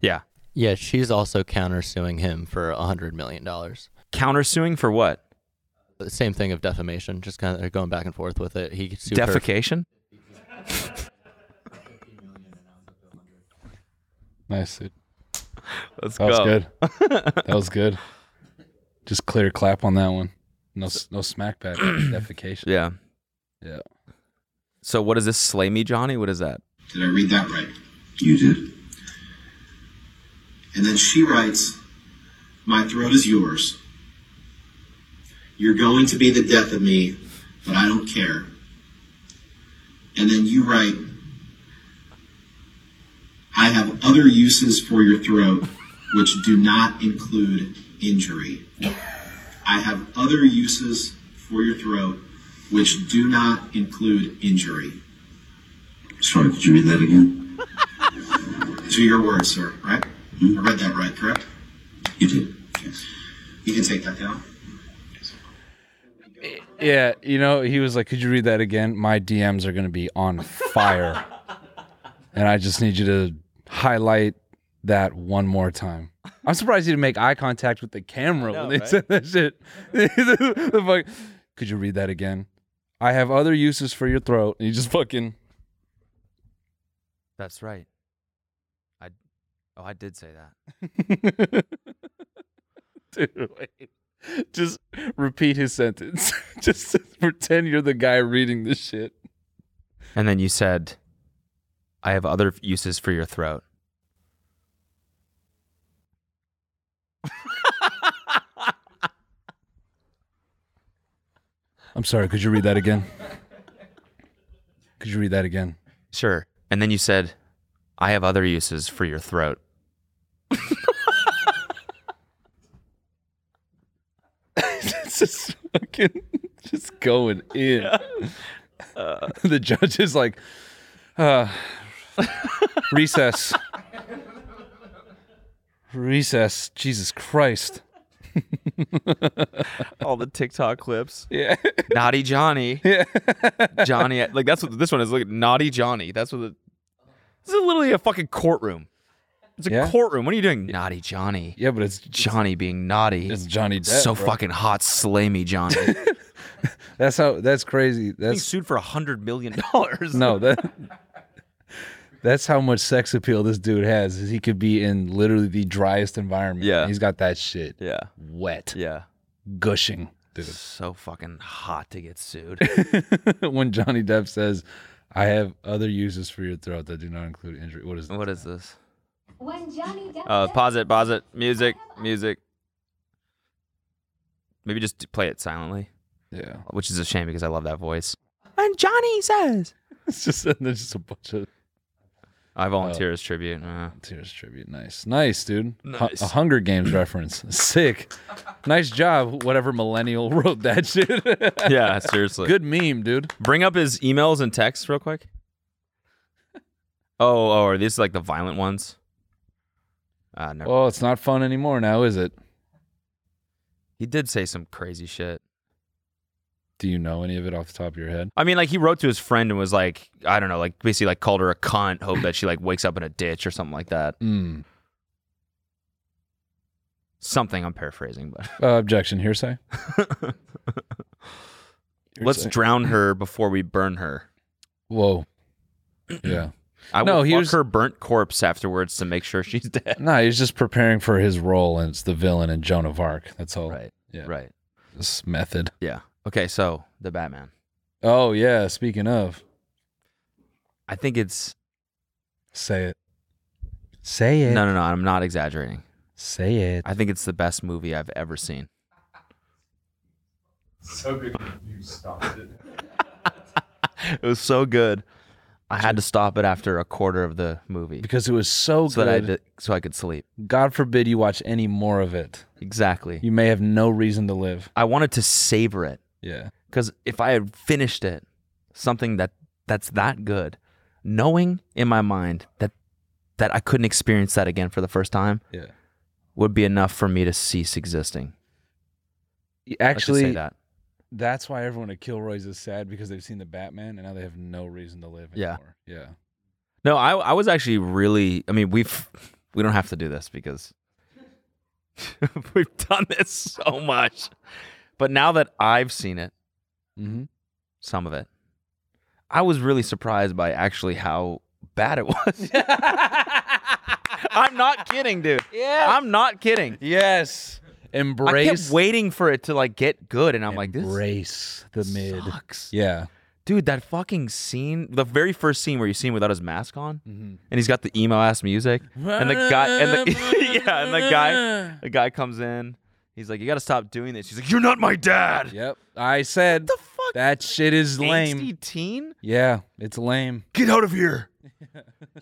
[SPEAKER 7] Yeah,
[SPEAKER 9] Yeah, she's also countersuing him for a hundred million dollars.
[SPEAKER 7] countersuing for what?
[SPEAKER 9] The Same thing of defamation, just kind of going back and forth with it. He sued her.
[SPEAKER 7] Defecation.
[SPEAKER 6] nice. Dude.
[SPEAKER 7] Let's
[SPEAKER 6] That was good. that was good. Just clear clap on that one. No, s- no smackback. defecation.
[SPEAKER 7] Yeah.
[SPEAKER 6] Yeah.
[SPEAKER 7] So what is this? Slay me, Johnny. What is that?
[SPEAKER 10] Did I read that right? You did. And then she writes, My throat is yours. You're going to be the death of me, but I don't care. And then you write, I have other uses for your throat which do not include injury. I have other uses for your throat which do not include injury.
[SPEAKER 8] Sorry, could you read that again? Hmm?
[SPEAKER 10] To your words, sir, right? I read that right, correct?
[SPEAKER 8] You did.
[SPEAKER 10] You can take that down.
[SPEAKER 6] Yeah, you know, he was like, "Could you read that again?" My DMs are going to be on fire, and I just need you to highlight that one more time. I'm surprised you didn't make eye contact with the camera
[SPEAKER 11] know,
[SPEAKER 6] when they
[SPEAKER 11] right?
[SPEAKER 6] said that shit. The fuck- Could you read that again? I have other uses for your throat. And you just fucking
[SPEAKER 7] That's right. I oh I did say that.
[SPEAKER 6] dude, wait. just repeat his sentence. just pretend you're the guy reading this shit.
[SPEAKER 7] And then you said, I have other uses for your throat.
[SPEAKER 6] I'm sorry. Could you read that again? Could you read that again?
[SPEAKER 7] Sure. And then you said, I have other uses for your throat.
[SPEAKER 6] it's just fucking just going in. the judge is like, uh, recess, recess. Jesus Christ!
[SPEAKER 7] All the TikTok clips.
[SPEAKER 6] Yeah.
[SPEAKER 7] Naughty Johnny. Yeah. Johnny like that's what this one is. Look at Naughty Johnny. That's what the This is literally a fucking courtroom. It's a
[SPEAKER 6] Yeah.
[SPEAKER 7] courtroom. What are you doing? Naughty Johnny.
[SPEAKER 6] Yeah, but it's
[SPEAKER 7] Johnny being naughty. It's
[SPEAKER 6] Johnny Depp,
[SPEAKER 7] So
[SPEAKER 6] bro.
[SPEAKER 7] fucking hot, slay me, Johnny.
[SPEAKER 6] That's how. That's crazy.
[SPEAKER 7] being
[SPEAKER 6] That's
[SPEAKER 7] sued for a hundred million dollars.
[SPEAKER 6] no that. That's how much sex appeal this dude has. Is he could be in literally the driest environment.
[SPEAKER 7] Yeah.
[SPEAKER 6] he's got that shit.
[SPEAKER 7] Yeah.
[SPEAKER 6] wet.
[SPEAKER 7] Yeah.
[SPEAKER 6] gushing. Dude.
[SPEAKER 7] So fucking hot to get sued.
[SPEAKER 6] when Johnny Depp says, "I have other uses for your throat that do not include injury." What is
[SPEAKER 7] what is this?
[SPEAKER 12] When Johnny Depp
[SPEAKER 7] Uh, pause it, pause it. Music, music. Maybe just play it silently.
[SPEAKER 6] Yeah.
[SPEAKER 7] Which is a shame because I love that voice.
[SPEAKER 11] And Johnny says.
[SPEAKER 6] It's just there's just a bunch of
[SPEAKER 7] I volunteer as tribute. Uh,
[SPEAKER 6] Tears tribute. Nice, nice, dude. Hu-
[SPEAKER 7] Nice.
[SPEAKER 6] a Hunger Games reference. Sick. Nice job, whatever millennial wrote that shit.
[SPEAKER 7] yeah, seriously.
[SPEAKER 6] Good meme, dude.
[SPEAKER 7] Bring up his emails and texts real quick. Oh, oh, are these like the violent ones? Uh, never.
[SPEAKER 6] Well, Oh, it's not fun anymore now, is it?
[SPEAKER 7] He did say some crazy shit.
[SPEAKER 6] Do you know any of it off the top of your head?
[SPEAKER 7] I mean, like he wrote to his friend and was like, I don't know, like basically like called her a cunt, hope that she like wakes up in a ditch or something like that.
[SPEAKER 6] Mm.
[SPEAKER 7] Something I'm paraphrasing, but
[SPEAKER 6] Uh, objection, hearsay.
[SPEAKER 7] let's
[SPEAKER 6] Hearsay.
[SPEAKER 7] drown her before we burn her.
[SPEAKER 6] Whoa. Yeah.
[SPEAKER 7] I
[SPEAKER 6] No,
[SPEAKER 7] will
[SPEAKER 6] he
[SPEAKER 7] fuck
[SPEAKER 6] was-
[SPEAKER 7] her burnt corpse afterwards to make sure she's dead.
[SPEAKER 6] No, he's just preparing for his role, and it's the villain in Joan of Arc. That's all. Right. Oh, Yeah.
[SPEAKER 7] Right.
[SPEAKER 6] This method.
[SPEAKER 7] Yeah. Okay, so the Batman.
[SPEAKER 6] Oh yeah. Speaking of,
[SPEAKER 7] I think it's
[SPEAKER 6] say it. Say it.
[SPEAKER 7] No, no, no. I'm not exaggerating.
[SPEAKER 6] Say it.
[SPEAKER 7] I think it's the best movie I've ever seen.
[SPEAKER 13] So good you stopped it.
[SPEAKER 7] It was so good. I had to stop it after a quarter of the movie
[SPEAKER 6] because it was so
[SPEAKER 7] so that I
[SPEAKER 6] good.
[SPEAKER 7] did, so I could sleep.
[SPEAKER 6] God forbid you watch any more of it.
[SPEAKER 7] Exactly.
[SPEAKER 6] You may have no reason to live.
[SPEAKER 7] I wanted to savor it.
[SPEAKER 6] Yeah.
[SPEAKER 7] Because if I had finished it, something that that's that good, knowing in my mind that that I couldn't experience that again for the first time,
[SPEAKER 6] Yeah.
[SPEAKER 7] would be enough for me to cease existing.
[SPEAKER 6] E, Actually,
[SPEAKER 7] say that.
[SPEAKER 6] that's why everyone at Kilroy's is sad because they've seen the Batman and now they have no reason to live
[SPEAKER 7] Yeah.
[SPEAKER 6] anymore. Yeah. Yeah.
[SPEAKER 7] No, I I was actually really. I mean, we've we don't have to do this because we've done this so much. But now that I've seen it,
[SPEAKER 6] Mhm.
[SPEAKER 7] some of it, I was really surprised by actually how bad it was. I'm not kidding, dude. Yeah. I'm not kidding.
[SPEAKER 6] Yes.
[SPEAKER 7] I
[SPEAKER 6] Embrace-
[SPEAKER 7] kept waiting for it to like get good, and I'm like, this
[SPEAKER 6] embrace the mid.
[SPEAKER 7] sucks.
[SPEAKER 6] Yeah.
[SPEAKER 7] Dude, that fucking scene, the very first scene where you see him without his mask on,
[SPEAKER 6] Mhm.
[SPEAKER 7] and he's got the emo ass music, and the guy, and the yeah, and the guy, the guy comes in, he's like, "You got to stop doing this." He's like, "You're not my dad."
[SPEAKER 6] Yep. I said that shit is lame.
[SPEAKER 7] Angsty teen,
[SPEAKER 6] Yeah, it's lame.
[SPEAKER 7] get out of here.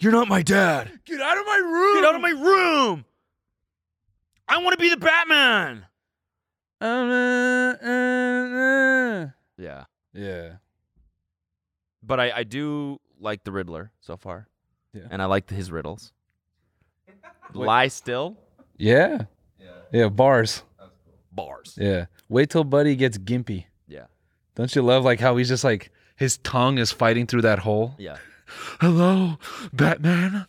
[SPEAKER 7] You're not my dad.
[SPEAKER 6] Get out of my room.
[SPEAKER 7] Get out of my room. I want to be the Batman. Yeah,
[SPEAKER 6] Yeah.
[SPEAKER 7] but I I do like the Riddler so far.
[SPEAKER 6] Yeah.
[SPEAKER 7] and I like his riddles. Lie still.
[SPEAKER 6] Yeah. Yeah, bars.
[SPEAKER 7] Bars.
[SPEAKER 6] Yeah. Wait till Buddy gets gimpy.
[SPEAKER 7] Yeah.
[SPEAKER 6] Don't you love like how he's just like his tongue is fighting through that hole?
[SPEAKER 7] Yeah.
[SPEAKER 6] Hello, Batman.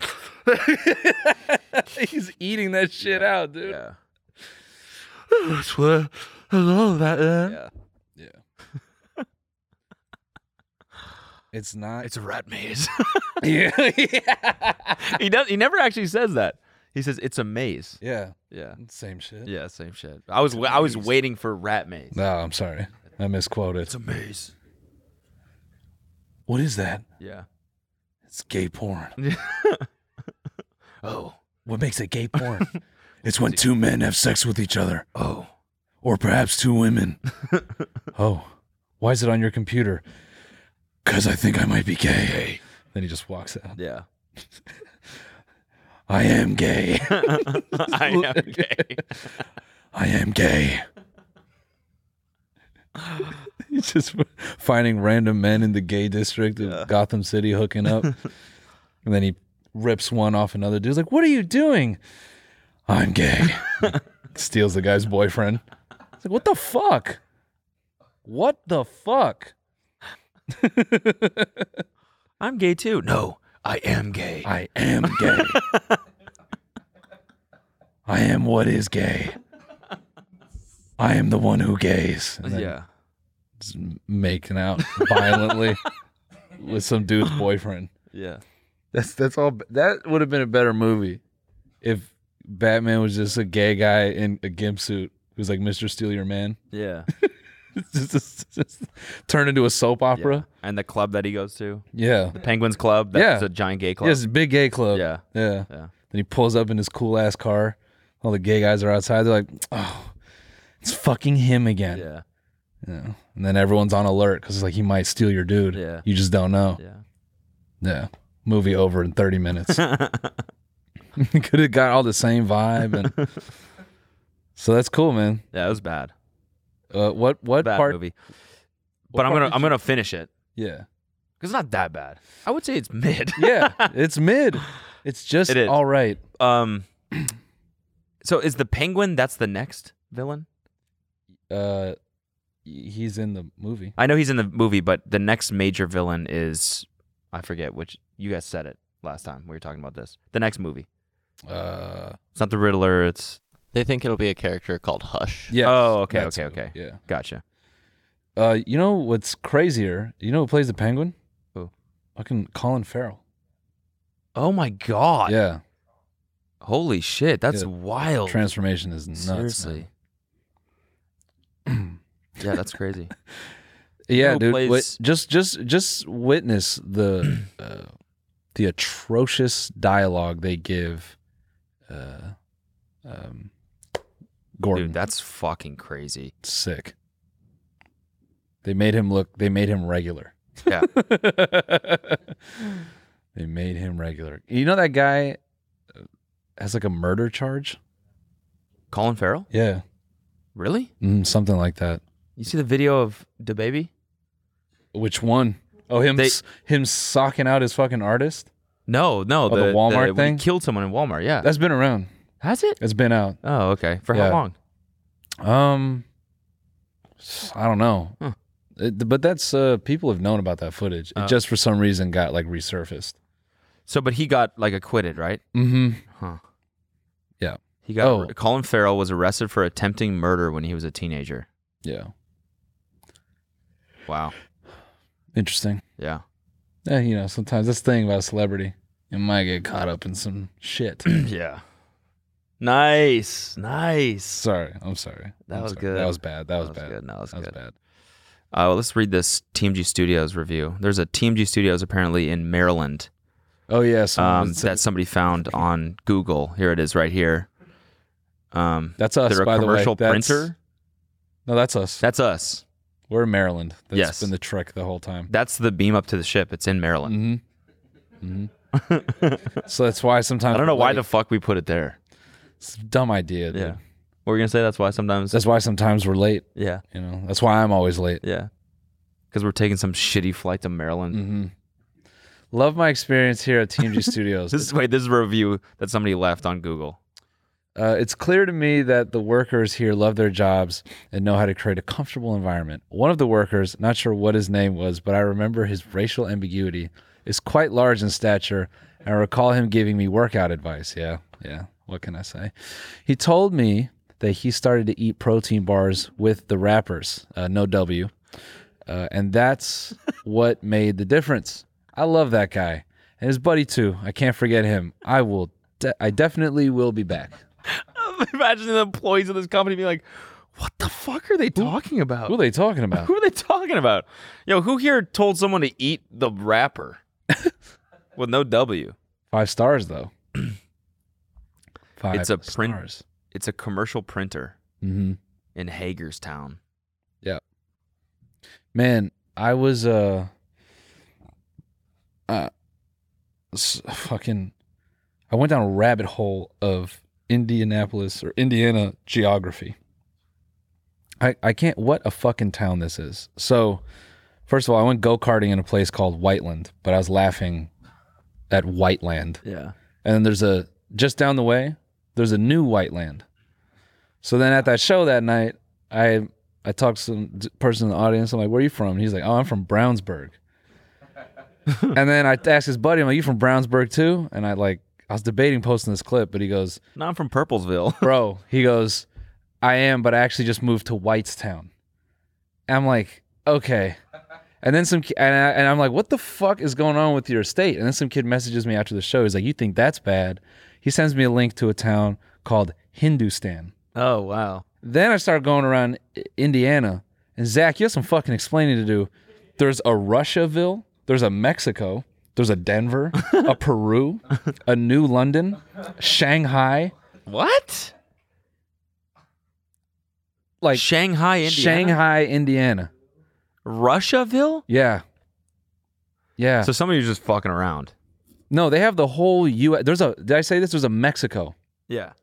[SPEAKER 6] he's eating that shit out, dude.
[SPEAKER 7] Yeah.
[SPEAKER 6] That's what- Hello, Batman.
[SPEAKER 7] Yeah.
[SPEAKER 6] Yeah. It's not.
[SPEAKER 7] It's a rat maze.
[SPEAKER 6] yeah.
[SPEAKER 7] he does. He never actually says that. He says it's a maze.
[SPEAKER 6] Yeah.
[SPEAKER 7] Yeah.
[SPEAKER 6] Same shit.
[SPEAKER 7] Yeah. Same shit. I was I was
[SPEAKER 6] Maze.
[SPEAKER 7] waiting for rat maze.
[SPEAKER 6] No, I'm sorry. I misquoted.
[SPEAKER 7] It's a maze.
[SPEAKER 6] What is that?
[SPEAKER 7] Yeah.
[SPEAKER 6] It's gay porn.
[SPEAKER 7] Oh.
[SPEAKER 6] What makes it gay porn? it's when two men have sex with each other.
[SPEAKER 7] Oh.
[SPEAKER 6] Or perhaps two women. oh. Why is it on your computer? Because I think I might be gay. Then he just walks out.
[SPEAKER 7] Yeah.
[SPEAKER 6] I am gay.
[SPEAKER 7] I am gay.
[SPEAKER 6] I am gay. He's just finding random men in the gay district of Gotham City hooking up. and then he rips one off another dude's like, What are you doing? I'm gay. Steals the guy's boyfriend. It's like, What the fuck? What the fuck?
[SPEAKER 7] I'm gay too. No, I am gay.
[SPEAKER 6] I am gay. I am what is gay. I am the one who gays. And then
[SPEAKER 7] yeah.
[SPEAKER 6] just making out violently with some dude's boyfriend.
[SPEAKER 7] Yeah.
[SPEAKER 6] That's that's all. That would have been a better movie if Batman was just a gay guy in a gimp suit who's like Mister Steal Your Man.
[SPEAKER 7] Yeah.
[SPEAKER 6] just, just- just turn into a soap opera.
[SPEAKER 7] And the club that he goes to.
[SPEAKER 6] Yeah.
[SPEAKER 7] The Penguins Club.
[SPEAKER 6] Yeah.
[SPEAKER 7] That's a giant gay
[SPEAKER 6] Yeah,
[SPEAKER 7] club.
[SPEAKER 6] it's a big gay club.
[SPEAKER 7] Yeah.
[SPEAKER 6] Yeah.
[SPEAKER 7] Yeah.
[SPEAKER 6] Then he pulls up in his cool ass car. All the gay guys are outside. They're like, oh, it's fucking him again.
[SPEAKER 7] Yeah.
[SPEAKER 6] You know? And then everyone's on alert because it's like he might steal your dude.
[SPEAKER 7] Yeah.
[SPEAKER 6] You just don't know.
[SPEAKER 7] Yeah.
[SPEAKER 6] Yeah. Movie over in 30 minutes. Could have got all the same vibe. And so that's cool, man.
[SPEAKER 7] Yeah, it was bad.
[SPEAKER 6] Uh, what what
[SPEAKER 7] Bad
[SPEAKER 6] part?
[SPEAKER 7] movie.
[SPEAKER 6] what
[SPEAKER 7] But I'm
[SPEAKER 6] part
[SPEAKER 7] gonna
[SPEAKER 6] did
[SPEAKER 7] I'm
[SPEAKER 6] you-
[SPEAKER 7] gonna finish it.
[SPEAKER 6] Yeah.
[SPEAKER 7] Cause it's not that bad. I would say it's mid.
[SPEAKER 6] Yeah. it's mid. It's just
[SPEAKER 7] It is.
[SPEAKER 6] all right.
[SPEAKER 7] um. So is the Penguin? That's the next villain.
[SPEAKER 6] Uh, he's in the movie.
[SPEAKER 7] I know he's in the movie, but the next major villain is I forget which. You guys said it last time we were talking about this. The next movie.
[SPEAKER 6] Uh,
[SPEAKER 7] It's not the Riddler. It's
[SPEAKER 9] They think it'll be a character called Hush.
[SPEAKER 6] yeah.
[SPEAKER 7] oh okay
[SPEAKER 6] that's
[SPEAKER 7] okay
[SPEAKER 6] who,
[SPEAKER 7] okay
[SPEAKER 6] yeah.
[SPEAKER 7] gotcha.
[SPEAKER 6] Uh, you know what's crazier? You know who plays the Penguin?
[SPEAKER 7] Who?
[SPEAKER 6] Fucking Colin Farrell.
[SPEAKER 7] Oh my god.
[SPEAKER 6] Yeah.
[SPEAKER 7] Holy shit. That's
[SPEAKER 6] Yeah.
[SPEAKER 7] wild.
[SPEAKER 6] Transformation is nuts. man.
[SPEAKER 7] Seriously. yeah, that's crazy.
[SPEAKER 6] Yeah,
[SPEAKER 7] Who
[SPEAKER 6] dude.
[SPEAKER 7] plays-
[SPEAKER 6] wit- just just just witness the uh, the atrocious dialogue they give uh um Gordon.
[SPEAKER 7] Dude, that's fucking crazy.
[SPEAKER 6] It's sick. They made him look they made him regular.
[SPEAKER 7] Yeah.
[SPEAKER 6] They made him regular. You know that guy uh, has like a murder charge?
[SPEAKER 7] Colin Farrell?
[SPEAKER 6] Yeah.
[SPEAKER 7] Really?
[SPEAKER 6] Mm, something like that.
[SPEAKER 7] You see the video of the baby?
[SPEAKER 6] Which one? Oh, him
[SPEAKER 7] They-
[SPEAKER 6] s- him socking out his fucking artist?
[SPEAKER 7] No, no.
[SPEAKER 6] Oh, the Walmart
[SPEAKER 7] when he
[SPEAKER 6] thing?
[SPEAKER 7] killed someone in Walmart. Yeah.
[SPEAKER 6] That's been around.
[SPEAKER 7] Has it?
[SPEAKER 6] It's been out.
[SPEAKER 7] Oh, okay. For
[SPEAKER 6] Yeah.
[SPEAKER 7] how long?
[SPEAKER 6] Um, I don't know,
[SPEAKER 7] Huh.
[SPEAKER 6] It- but that's uh, people have known about that footage. It
[SPEAKER 7] Oh.
[SPEAKER 6] just for some reason got like resurfaced.
[SPEAKER 7] So, but he got like acquitted, right?
[SPEAKER 6] Mm-hmm.
[SPEAKER 7] Huh.
[SPEAKER 6] Yeah.
[SPEAKER 7] He got.
[SPEAKER 6] Oh.
[SPEAKER 7] Colin Farrell was arrested for attempting murder when he was a teenager.
[SPEAKER 6] Yeah.
[SPEAKER 7] Wow.
[SPEAKER 6] Interesting.
[SPEAKER 7] Yeah.
[SPEAKER 6] Yeah, you know, sometimes this thing about a celebrity, you might get caught up in some shit.
[SPEAKER 7] yeah. Nice. Nice.
[SPEAKER 6] sorry, I'm sorry.
[SPEAKER 7] That
[SPEAKER 6] I'm
[SPEAKER 7] was
[SPEAKER 6] sorry.
[SPEAKER 7] good.
[SPEAKER 6] That was bad. That was, bad.
[SPEAKER 7] Good. No, that was
[SPEAKER 6] That was
[SPEAKER 7] good.
[SPEAKER 6] bad.
[SPEAKER 7] Uh, well, let's read this TMG Studios review. There's a TMG Studios apparently in Maryland
[SPEAKER 6] Oh yeah, so
[SPEAKER 7] um,
[SPEAKER 6] it's-
[SPEAKER 7] that somebody found on Google. Here it is, right here. Um,
[SPEAKER 6] that's us.
[SPEAKER 7] they're a
[SPEAKER 6] by
[SPEAKER 7] commercial
[SPEAKER 6] the way. That's-
[SPEAKER 7] printer.
[SPEAKER 6] No, that's us.
[SPEAKER 7] That's us.
[SPEAKER 6] We're in Maryland. That's
[SPEAKER 7] Yes.
[SPEAKER 6] been the trick the whole time.
[SPEAKER 7] That's the beam up to the ship. It's in Maryland.
[SPEAKER 6] hmm so that's why sometimes
[SPEAKER 7] I don't know
[SPEAKER 6] we're
[SPEAKER 7] why
[SPEAKER 6] like-
[SPEAKER 7] the fuck we put it there.
[SPEAKER 6] It's a dumb idea. Dude.
[SPEAKER 7] Yeah. What were you gonna say? That's why sometimes.
[SPEAKER 6] That's why sometimes we're late.
[SPEAKER 7] yeah.
[SPEAKER 6] You know, that's why I'm always late.
[SPEAKER 7] Yeah. Because we're taking some shitty flight to Maryland.
[SPEAKER 6] Mm-hmm. Love my experience here at TMG Studios.
[SPEAKER 7] This is wait. This is a review that somebody left on Google.
[SPEAKER 6] Uh, it's clear to me that the workers here love their jobs and know how to create a comfortable environment. One of the workers, not sure what his name was, but I remember his racial ambiguity, is quite large in stature, and I recall him giving me workout advice. Yeah, yeah, what can I say? He told me that he started to eat protein bars with the wrappers, uh, no W, uh, and that's what made the difference. I love that guy and his buddy too. I can't forget him. I will. De- I definitely will be back.
[SPEAKER 7] I'm imagining the employees of this company being like, "What the fuck are they talking about?
[SPEAKER 6] Who are they talking about?
[SPEAKER 7] Who are they talking about? Yo, who here told someone to eat the wrapper with no W?
[SPEAKER 6] Five stars though. Five
[SPEAKER 7] it's a print.
[SPEAKER 6] stars.
[SPEAKER 7] It's a commercial printer
[SPEAKER 6] Mhm.
[SPEAKER 7] in Hagerstown.
[SPEAKER 6] Yeah. Man, I was uh, uh s- fucking I went down a rabbit hole of Indianapolis or Indiana geography. I I can't what a fucking town this is. So, first of all, I went go-karting in a place called Whiteland, but I was laughing at Whiteland.
[SPEAKER 7] Yeah.
[SPEAKER 6] And then there's a just down the way, there's a new Whiteland. So then at that show that night, I I talked to some d- person in the audience. I'm like, "Where are you from?" And he's like, "Oh, I'm from Brownsburg." and then I asked his buddy, "I'm like, you from Brownsburg too?" And I like I was debating posting this clip, but he goes,
[SPEAKER 7] No, I'm from Purplesville.
[SPEAKER 6] "Bro," he goes, "I am, but I actually just moved to Whitestown." And I'm like, "Okay." And then some ki- and, I, and I'm like, "What the fuck is going on with your state?" And then some kid messages me after the show. He's like, "You think that's bad?" He sends me a link to a town called Hindustan.
[SPEAKER 7] Oh wow.
[SPEAKER 6] Then I started going around I- Indiana, and Zach, you have some fucking explaining to do. There's a Russiaville, there's a Mexico, there's a Denver, a Peru, a New London, Shanghai.
[SPEAKER 7] What?
[SPEAKER 6] Like
[SPEAKER 7] Shanghai, Indiana?
[SPEAKER 6] Shanghai, Indiana.
[SPEAKER 7] Russiaville?
[SPEAKER 6] Yeah. Yeah.
[SPEAKER 7] So some of you are just fucking around.
[SPEAKER 6] No, they have the whole U.S. There's a. Did I say this? There's a Mexico.
[SPEAKER 7] Yeah.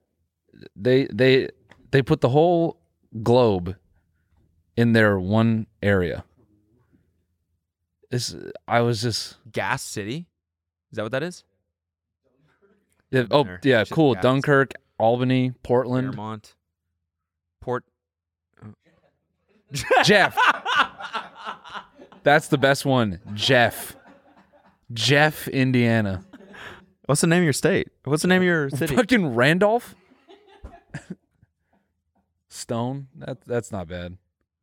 [SPEAKER 6] They they they put the whole globe in their one area. This I was just
[SPEAKER 7] Gas City? Is that what that is?
[SPEAKER 6] Yeah, oh
[SPEAKER 7] there.
[SPEAKER 6] yeah,
[SPEAKER 7] Shit,
[SPEAKER 6] cool.
[SPEAKER 7] yeah, it's-
[SPEAKER 6] Dunkirk, Albany, Portland.
[SPEAKER 7] Fairmont. Port
[SPEAKER 6] Jeff. That's the best one. Jeff. Jeff, Indiana.
[SPEAKER 7] What's the name of your state? What's the name of your city?
[SPEAKER 6] Fucking Randolph. Stone. That that's not bad.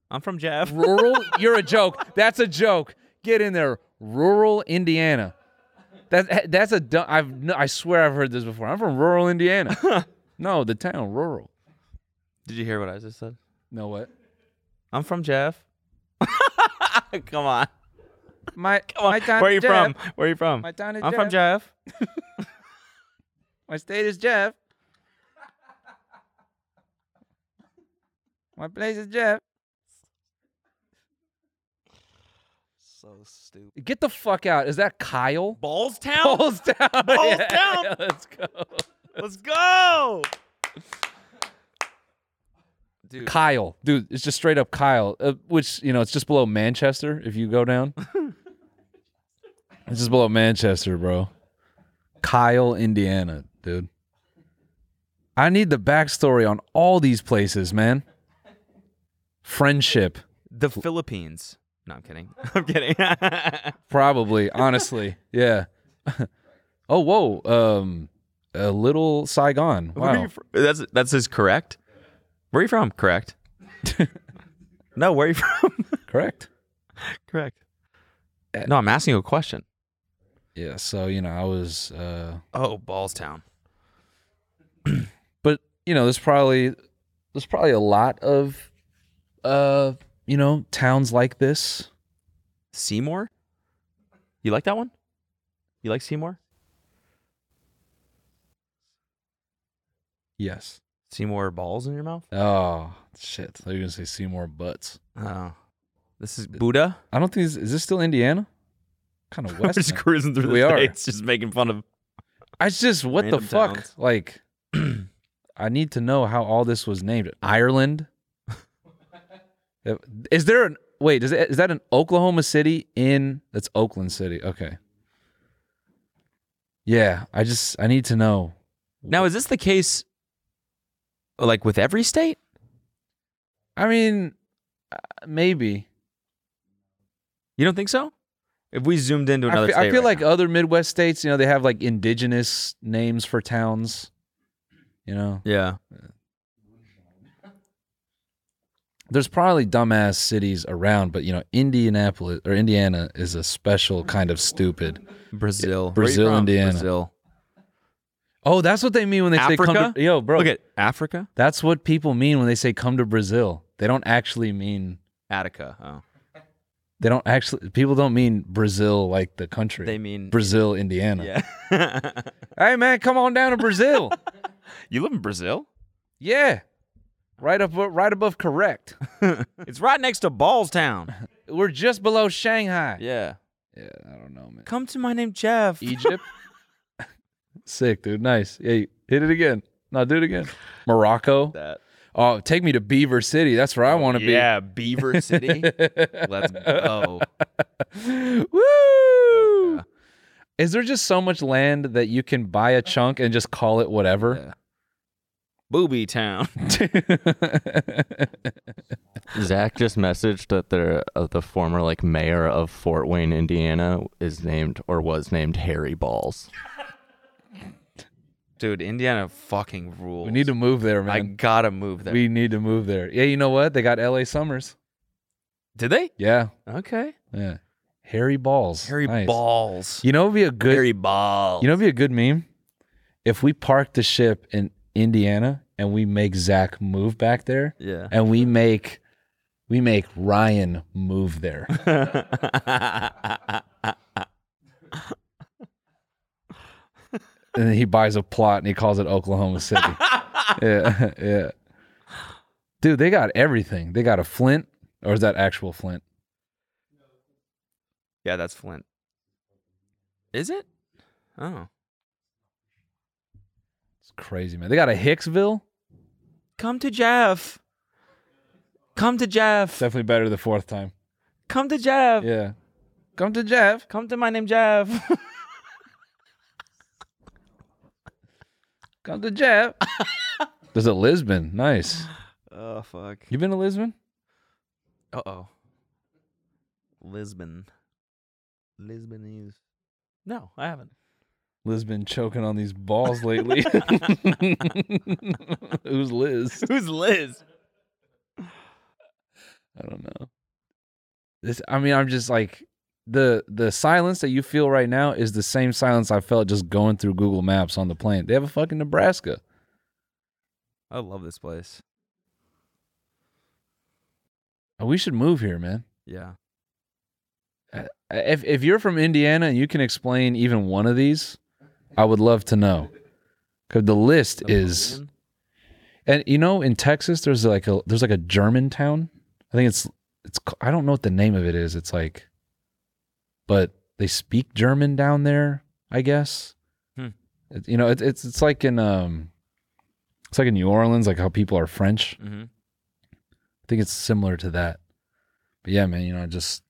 [SPEAKER 7] I'm from Jeff.
[SPEAKER 6] Rural. You're a joke. That's a joke. Get in there. Rural Indiana. That that's a du- I've no, I swear I've heard this before. I'm from rural Indiana. no, the town rural.
[SPEAKER 7] Did you hear what I just said?
[SPEAKER 6] No what?
[SPEAKER 7] I'm from Jeff. Come on.
[SPEAKER 6] My,
[SPEAKER 7] Come on.
[SPEAKER 6] my town
[SPEAKER 7] Where are you
[SPEAKER 6] is Jeff.
[SPEAKER 7] from? Where are you from?
[SPEAKER 6] My town is
[SPEAKER 7] I'm from Jeff.
[SPEAKER 6] My state is Jeff. My place is Jeff.
[SPEAKER 7] So stupid.
[SPEAKER 6] Get the fuck out. Is that Kyle?
[SPEAKER 7] Balls Town?
[SPEAKER 6] Balls down.
[SPEAKER 7] Balls
[SPEAKER 6] Yeah,
[SPEAKER 7] down.
[SPEAKER 6] yeah, let's go.
[SPEAKER 7] Let's go. Dude.
[SPEAKER 6] Kyle. Dude, it's just straight up Kyle, uh, which, you know, it's just below Manchester if you go down. it's just below Manchester, bro. Kyle, Indiana, dude. I need the backstory on all these places, man. Friendship.
[SPEAKER 7] The Philippines. No, I'm kidding. I'm kidding.
[SPEAKER 6] Probably, honestly. Yeah. oh, whoa. Um a little Saigon.
[SPEAKER 7] Where are
[SPEAKER 6] Wow.
[SPEAKER 7] you fr- That's that's his correct. Where are you from? Correct. no, where are you from?
[SPEAKER 6] Correct.
[SPEAKER 7] correct. No, I'm asking you a question.
[SPEAKER 6] Yeah, so you know, I was uh
[SPEAKER 7] Oh, Ballstown.
[SPEAKER 6] but you know, there's probably there's probably a lot of uh you know, towns like this.
[SPEAKER 7] Seymour? You like that one? You like Seymour?
[SPEAKER 6] Yes.
[SPEAKER 7] Seymour balls in your mouth?
[SPEAKER 6] Oh shit. They're gonna say Seymour butts.
[SPEAKER 7] Oh. This is Buddha.
[SPEAKER 6] I don't think this, is this still Indiana? Kind of
[SPEAKER 7] We're
[SPEAKER 6] west.
[SPEAKER 7] just
[SPEAKER 6] now.
[SPEAKER 7] cruising through
[SPEAKER 6] we
[SPEAKER 7] the
[SPEAKER 6] are.
[SPEAKER 7] states, just making fun of
[SPEAKER 6] I just what
[SPEAKER 7] Random
[SPEAKER 6] the fuck?
[SPEAKER 7] towns.
[SPEAKER 6] Like I need to know how all this was named. Ireland? is there an wait, is, it, is that an Oklahoma City in that's Oakland City. Okay. Yeah, I just I need to know.
[SPEAKER 7] Now, is this the case Like with every state?
[SPEAKER 6] I mean, uh, maybe.
[SPEAKER 7] You don't think so? If we zoomed into
[SPEAKER 6] I
[SPEAKER 7] another
[SPEAKER 6] feel, I
[SPEAKER 7] state
[SPEAKER 6] feel
[SPEAKER 7] right
[SPEAKER 6] like other Midwest states, you know, they have like indigenous names for towns. You know,
[SPEAKER 7] Yeah.
[SPEAKER 6] there's probably dumbass cities around, but you know, Indianapolis or Indiana is a special kind of stupid.
[SPEAKER 7] Brazil, Where you
[SPEAKER 6] Brazil,
[SPEAKER 7] from?
[SPEAKER 6] Indiana.
[SPEAKER 7] Brazil.
[SPEAKER 6] Oh, that's what they mean when they say come
[SPEAKER 7] Africa?
[SPEAKER 6] to yo, bro.
[SPEAKER 7] Look at Africa.
[SPEAKER 6] That's what people mean when they say come to Brazil. They don't actually mean
[SPEAKER 7] Attica. Oh.
[SPEAKER 6] they don't actually people don't mean Brazil like the country.
[SPEAKER 7] They mean-
[SPEAKER 6] Brazil, Indiana.
[SPEAKER 7] Yeah.
[SPEAKER 6] hey man, come on down to Brazil.
[SPEAKER 7] you live in Brazil?
[SPEAKER 6] yeah. Right up right above correct.
[SPEAKER 7] It's right next to Ballstown.
[SPEAKER 6] We're just below Shanghai.
[SPEAKER 7] yeah.
[SPEAKER 6] Yeah, I don't know, man.
[SPEAKER 7] Come to my name Jeff.
[SPEAKER 6] Egypt. Sick, dude. Nice. Yeah, you- hit it again. No, do it again. Morocco.
[SPEAKER 7] That.
[SPEAKER 6] Oh, take me to Beaver City. That's where I want to be.
[SPEAKER 7] yeah, Beaver City. Let's go.
[SPEAKER 6] Woo! Is there just so much land that you can buy a chunk and just call it whatever?
[SPEAKER 7] Booby Town.
[SPEAKER 9] Zach just messaged that the uh, the former like mayor of Fort Wayne, Indiana, is named or was named Harry Balls.
[SPEAKER 7] Dude, Indiana fucking rules.
[SPEAKER 6] We need to move there, man.
[SPEAKER 7] I gotta move there.
[SPEAKER 6] We need to move there. Yeah, you know what? They got L.A. Summers.
[SPEAKER 7] Did they?
[SPEAKER 6] Yeah,
[SPEAKER 7] Okay.
[SPEAKER 6] yeah. Harry Balls.
[SPEAKER 7] Harry
[SPEAKER 6] Nice.
[SPEAKER 7] Balls.
[SPEAKER 6] You know, it'd be a good.
[SPEAKER 7] Harry Balls.
[SPEAKER 6] You know, it'd be a good meme if we parked the ship in Indiana and we make Zach move back there.
[SPEAKER 7] Yeah.
[SPEAKER 6] And we make we make Ryan move there. and then he buys a plot and he calls it Oklahoma City. yeah, yeah. Dude, they got everything. They got a Flint, or is that actual Flint?
[SPEAKER 7] yeah, that's Flint. Is it? Oh.
[SPEAKER 6] It's crazy, man. They got a Hicksville.
[SPEAKER 7] Come to Jeff. Come to Jeff.
[SPEAKER 6] Definitely better the fourth time.
[SPEAKER 7] Come to Jeff.
[SPEAKER 6] Yeah. Come to Jeff.
[SPEAKER 7] Come to my name Jeff.
[SPEAKER 6] Come to Jeff. There's a Lisbon. Nice.
[SPEAKER 7] oh fuck.
[SPEAKER 6] You been to Lisbon?
[SPEAKER 7] Uh oh. Lisbon. Lisbon is. No, I haven't.
[SPEAKER 6] Lisbon choking on these balls lately. Who's Liz?
[SPEAKER 7] Who's Liz?
[SPEAKER 6] I don't know. This I mean, I'm just like the the silence that you feel right now is the same silence I felt just going through Google Maps on the plane. They have a fucking Nebraska.
[SPEAKER 7] I love this place.
[SPEAKER 6] Oh, We should move here, man.
[SPEAKER 7] Yeah.
[SPEAKER 6] Uh, If if you're from Indiana and you can explain even one of these, I would love to know. Cause the list is
[SPEAKER 7] Napoleon?
[SPEAKER 6] and you know in Texas there's like a there's like a German town. I think it's it's ca- I don't know what the name of it is. It's like but they speak German down there, I guess.
[SPEAKER 7] Hmm.
[SPEAKER 6] It- you know, it, it's it's like in um it's like in New Orleans like how people are French.
[SPEAKER 7] Mhm.
[SPEAKER 6] I think it's similar to that. But yeah, man, you know, just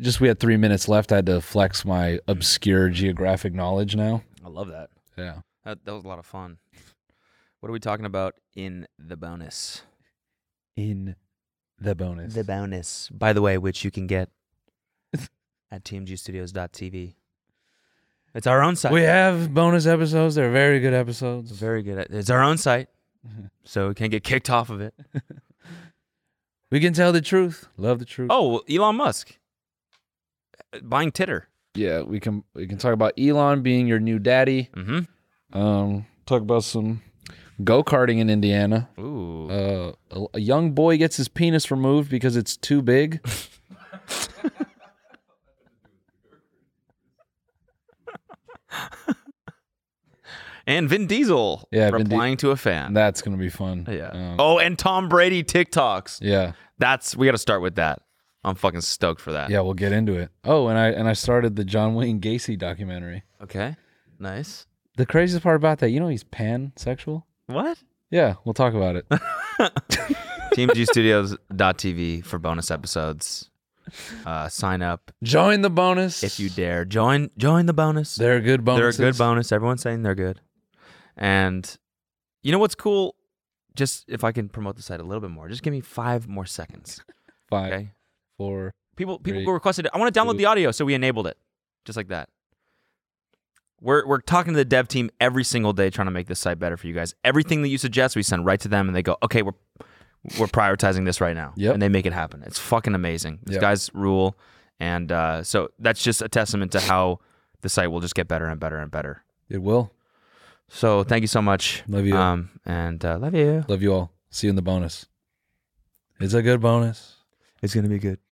[SPEAKER 6] just we had three minutes left. I had to flex my obscure geographic knowledge now.
[SPEAKER 7] Hmm. I love that.
[SPEAKER 6] Yeah.
[SPEAKER 7] That that was a lot of fun. What are we talking about in the bonus?
[SPEAKER 6] In the bonus.
[SPEAKER 7] bonus, by the way, which you can get at tmgstudios.tv. It's our own site.
[SPEAKER 6] we have bonus episodes. They're very good episodes.
[SPEAKER 7] Very good. at- It's our own site, so we can't get kicked off of it.
[SPEAKER 6] We can tell the truth. Love the truth.
[SPEAKER 7] Oh, well, Elon Musk uh, buying Titter.
[SPEAKER 6] Yeah, we can we can talk about Elon being your new daddy.
[SPEAKER 7] Mm-hmm.
[SPEAKER 6] Um talk about some go-karting in Indiana.
[SPEAKER 7] Ooh.
[SPEAKER 6] Uh, a, a young boy gets his penis removed because it's too big.
[SPEAKER 7] and Vin Diesel
[SPEAKER 6] Yeah, Vin Di-
[SPEAKER 7] replying to a fan.
[SPEAKER 6] That's going to be fun.
[SPEAKER 7] yeah.
[SPEAKER 6] Um,
[SPEAKER 7] oh, and Tom Brady TikToks.
[SPEAKER 6] Yeah.
[SPEAKER 7] That's we got to start with that. I'm fucking stoked for that.
[SPEAKER 6] Yeah, we'll get into it. Oh, and I and I started the John Wayne Gacy documentary.
[SPEAKER 7] Okay. Nice.
[SPEAKER 6] The craziest part about that, you know, he's pansexual.
[SPEAKER 7] What?
[SPEAKER 6] Yeah, we'll talk about it.
[SPEAKER 7] TeamGStudios.tv for bonus episodes. Uh, sign up
[SPEAKER 6] Join the bonus
[SPEAKER 7] if you dare. Join join the bonus.
[SPEAKER 6] There are good bonuses.
[SPEAKER 7] They're a good bonus. Everyone's saying they're good. And you know what's cool? just if I can promote the site a little bit more, just give me five more seconds.
[SPEAKER 6] Five, four.
[SPEAKER 7] People people
[SPEAKER 6] three,
[SPEAKER 7] go requested. it. I want to download
[SPEAKER 6] two.
[SPEAKER 7] the audio, so we enabled it, just like that. We're we're talking to the dev team every single day, trying to make this site better for you guys. Everything that you suggest, we send right to them, and they go, okay, we're we're prioritizing this right now, Yeah. and they make it happen. It's fucking amazing. These
[SPEAKER 6] Yep.
[SPEAKER 7] guys rule, and uh, so that's just a testament to how the site will just get better and better and better.
[SPEAKER 6] It will.
[SPEAKER 7] So thank you so much.
[SPEAKER 6] Love you.
[SPEAKER 7] Um, and uh, love you.
[SPEAKER 6] Love you all. See you in the bonus. It's a good bonus.
[SPEAKER 7] It's gonna be good.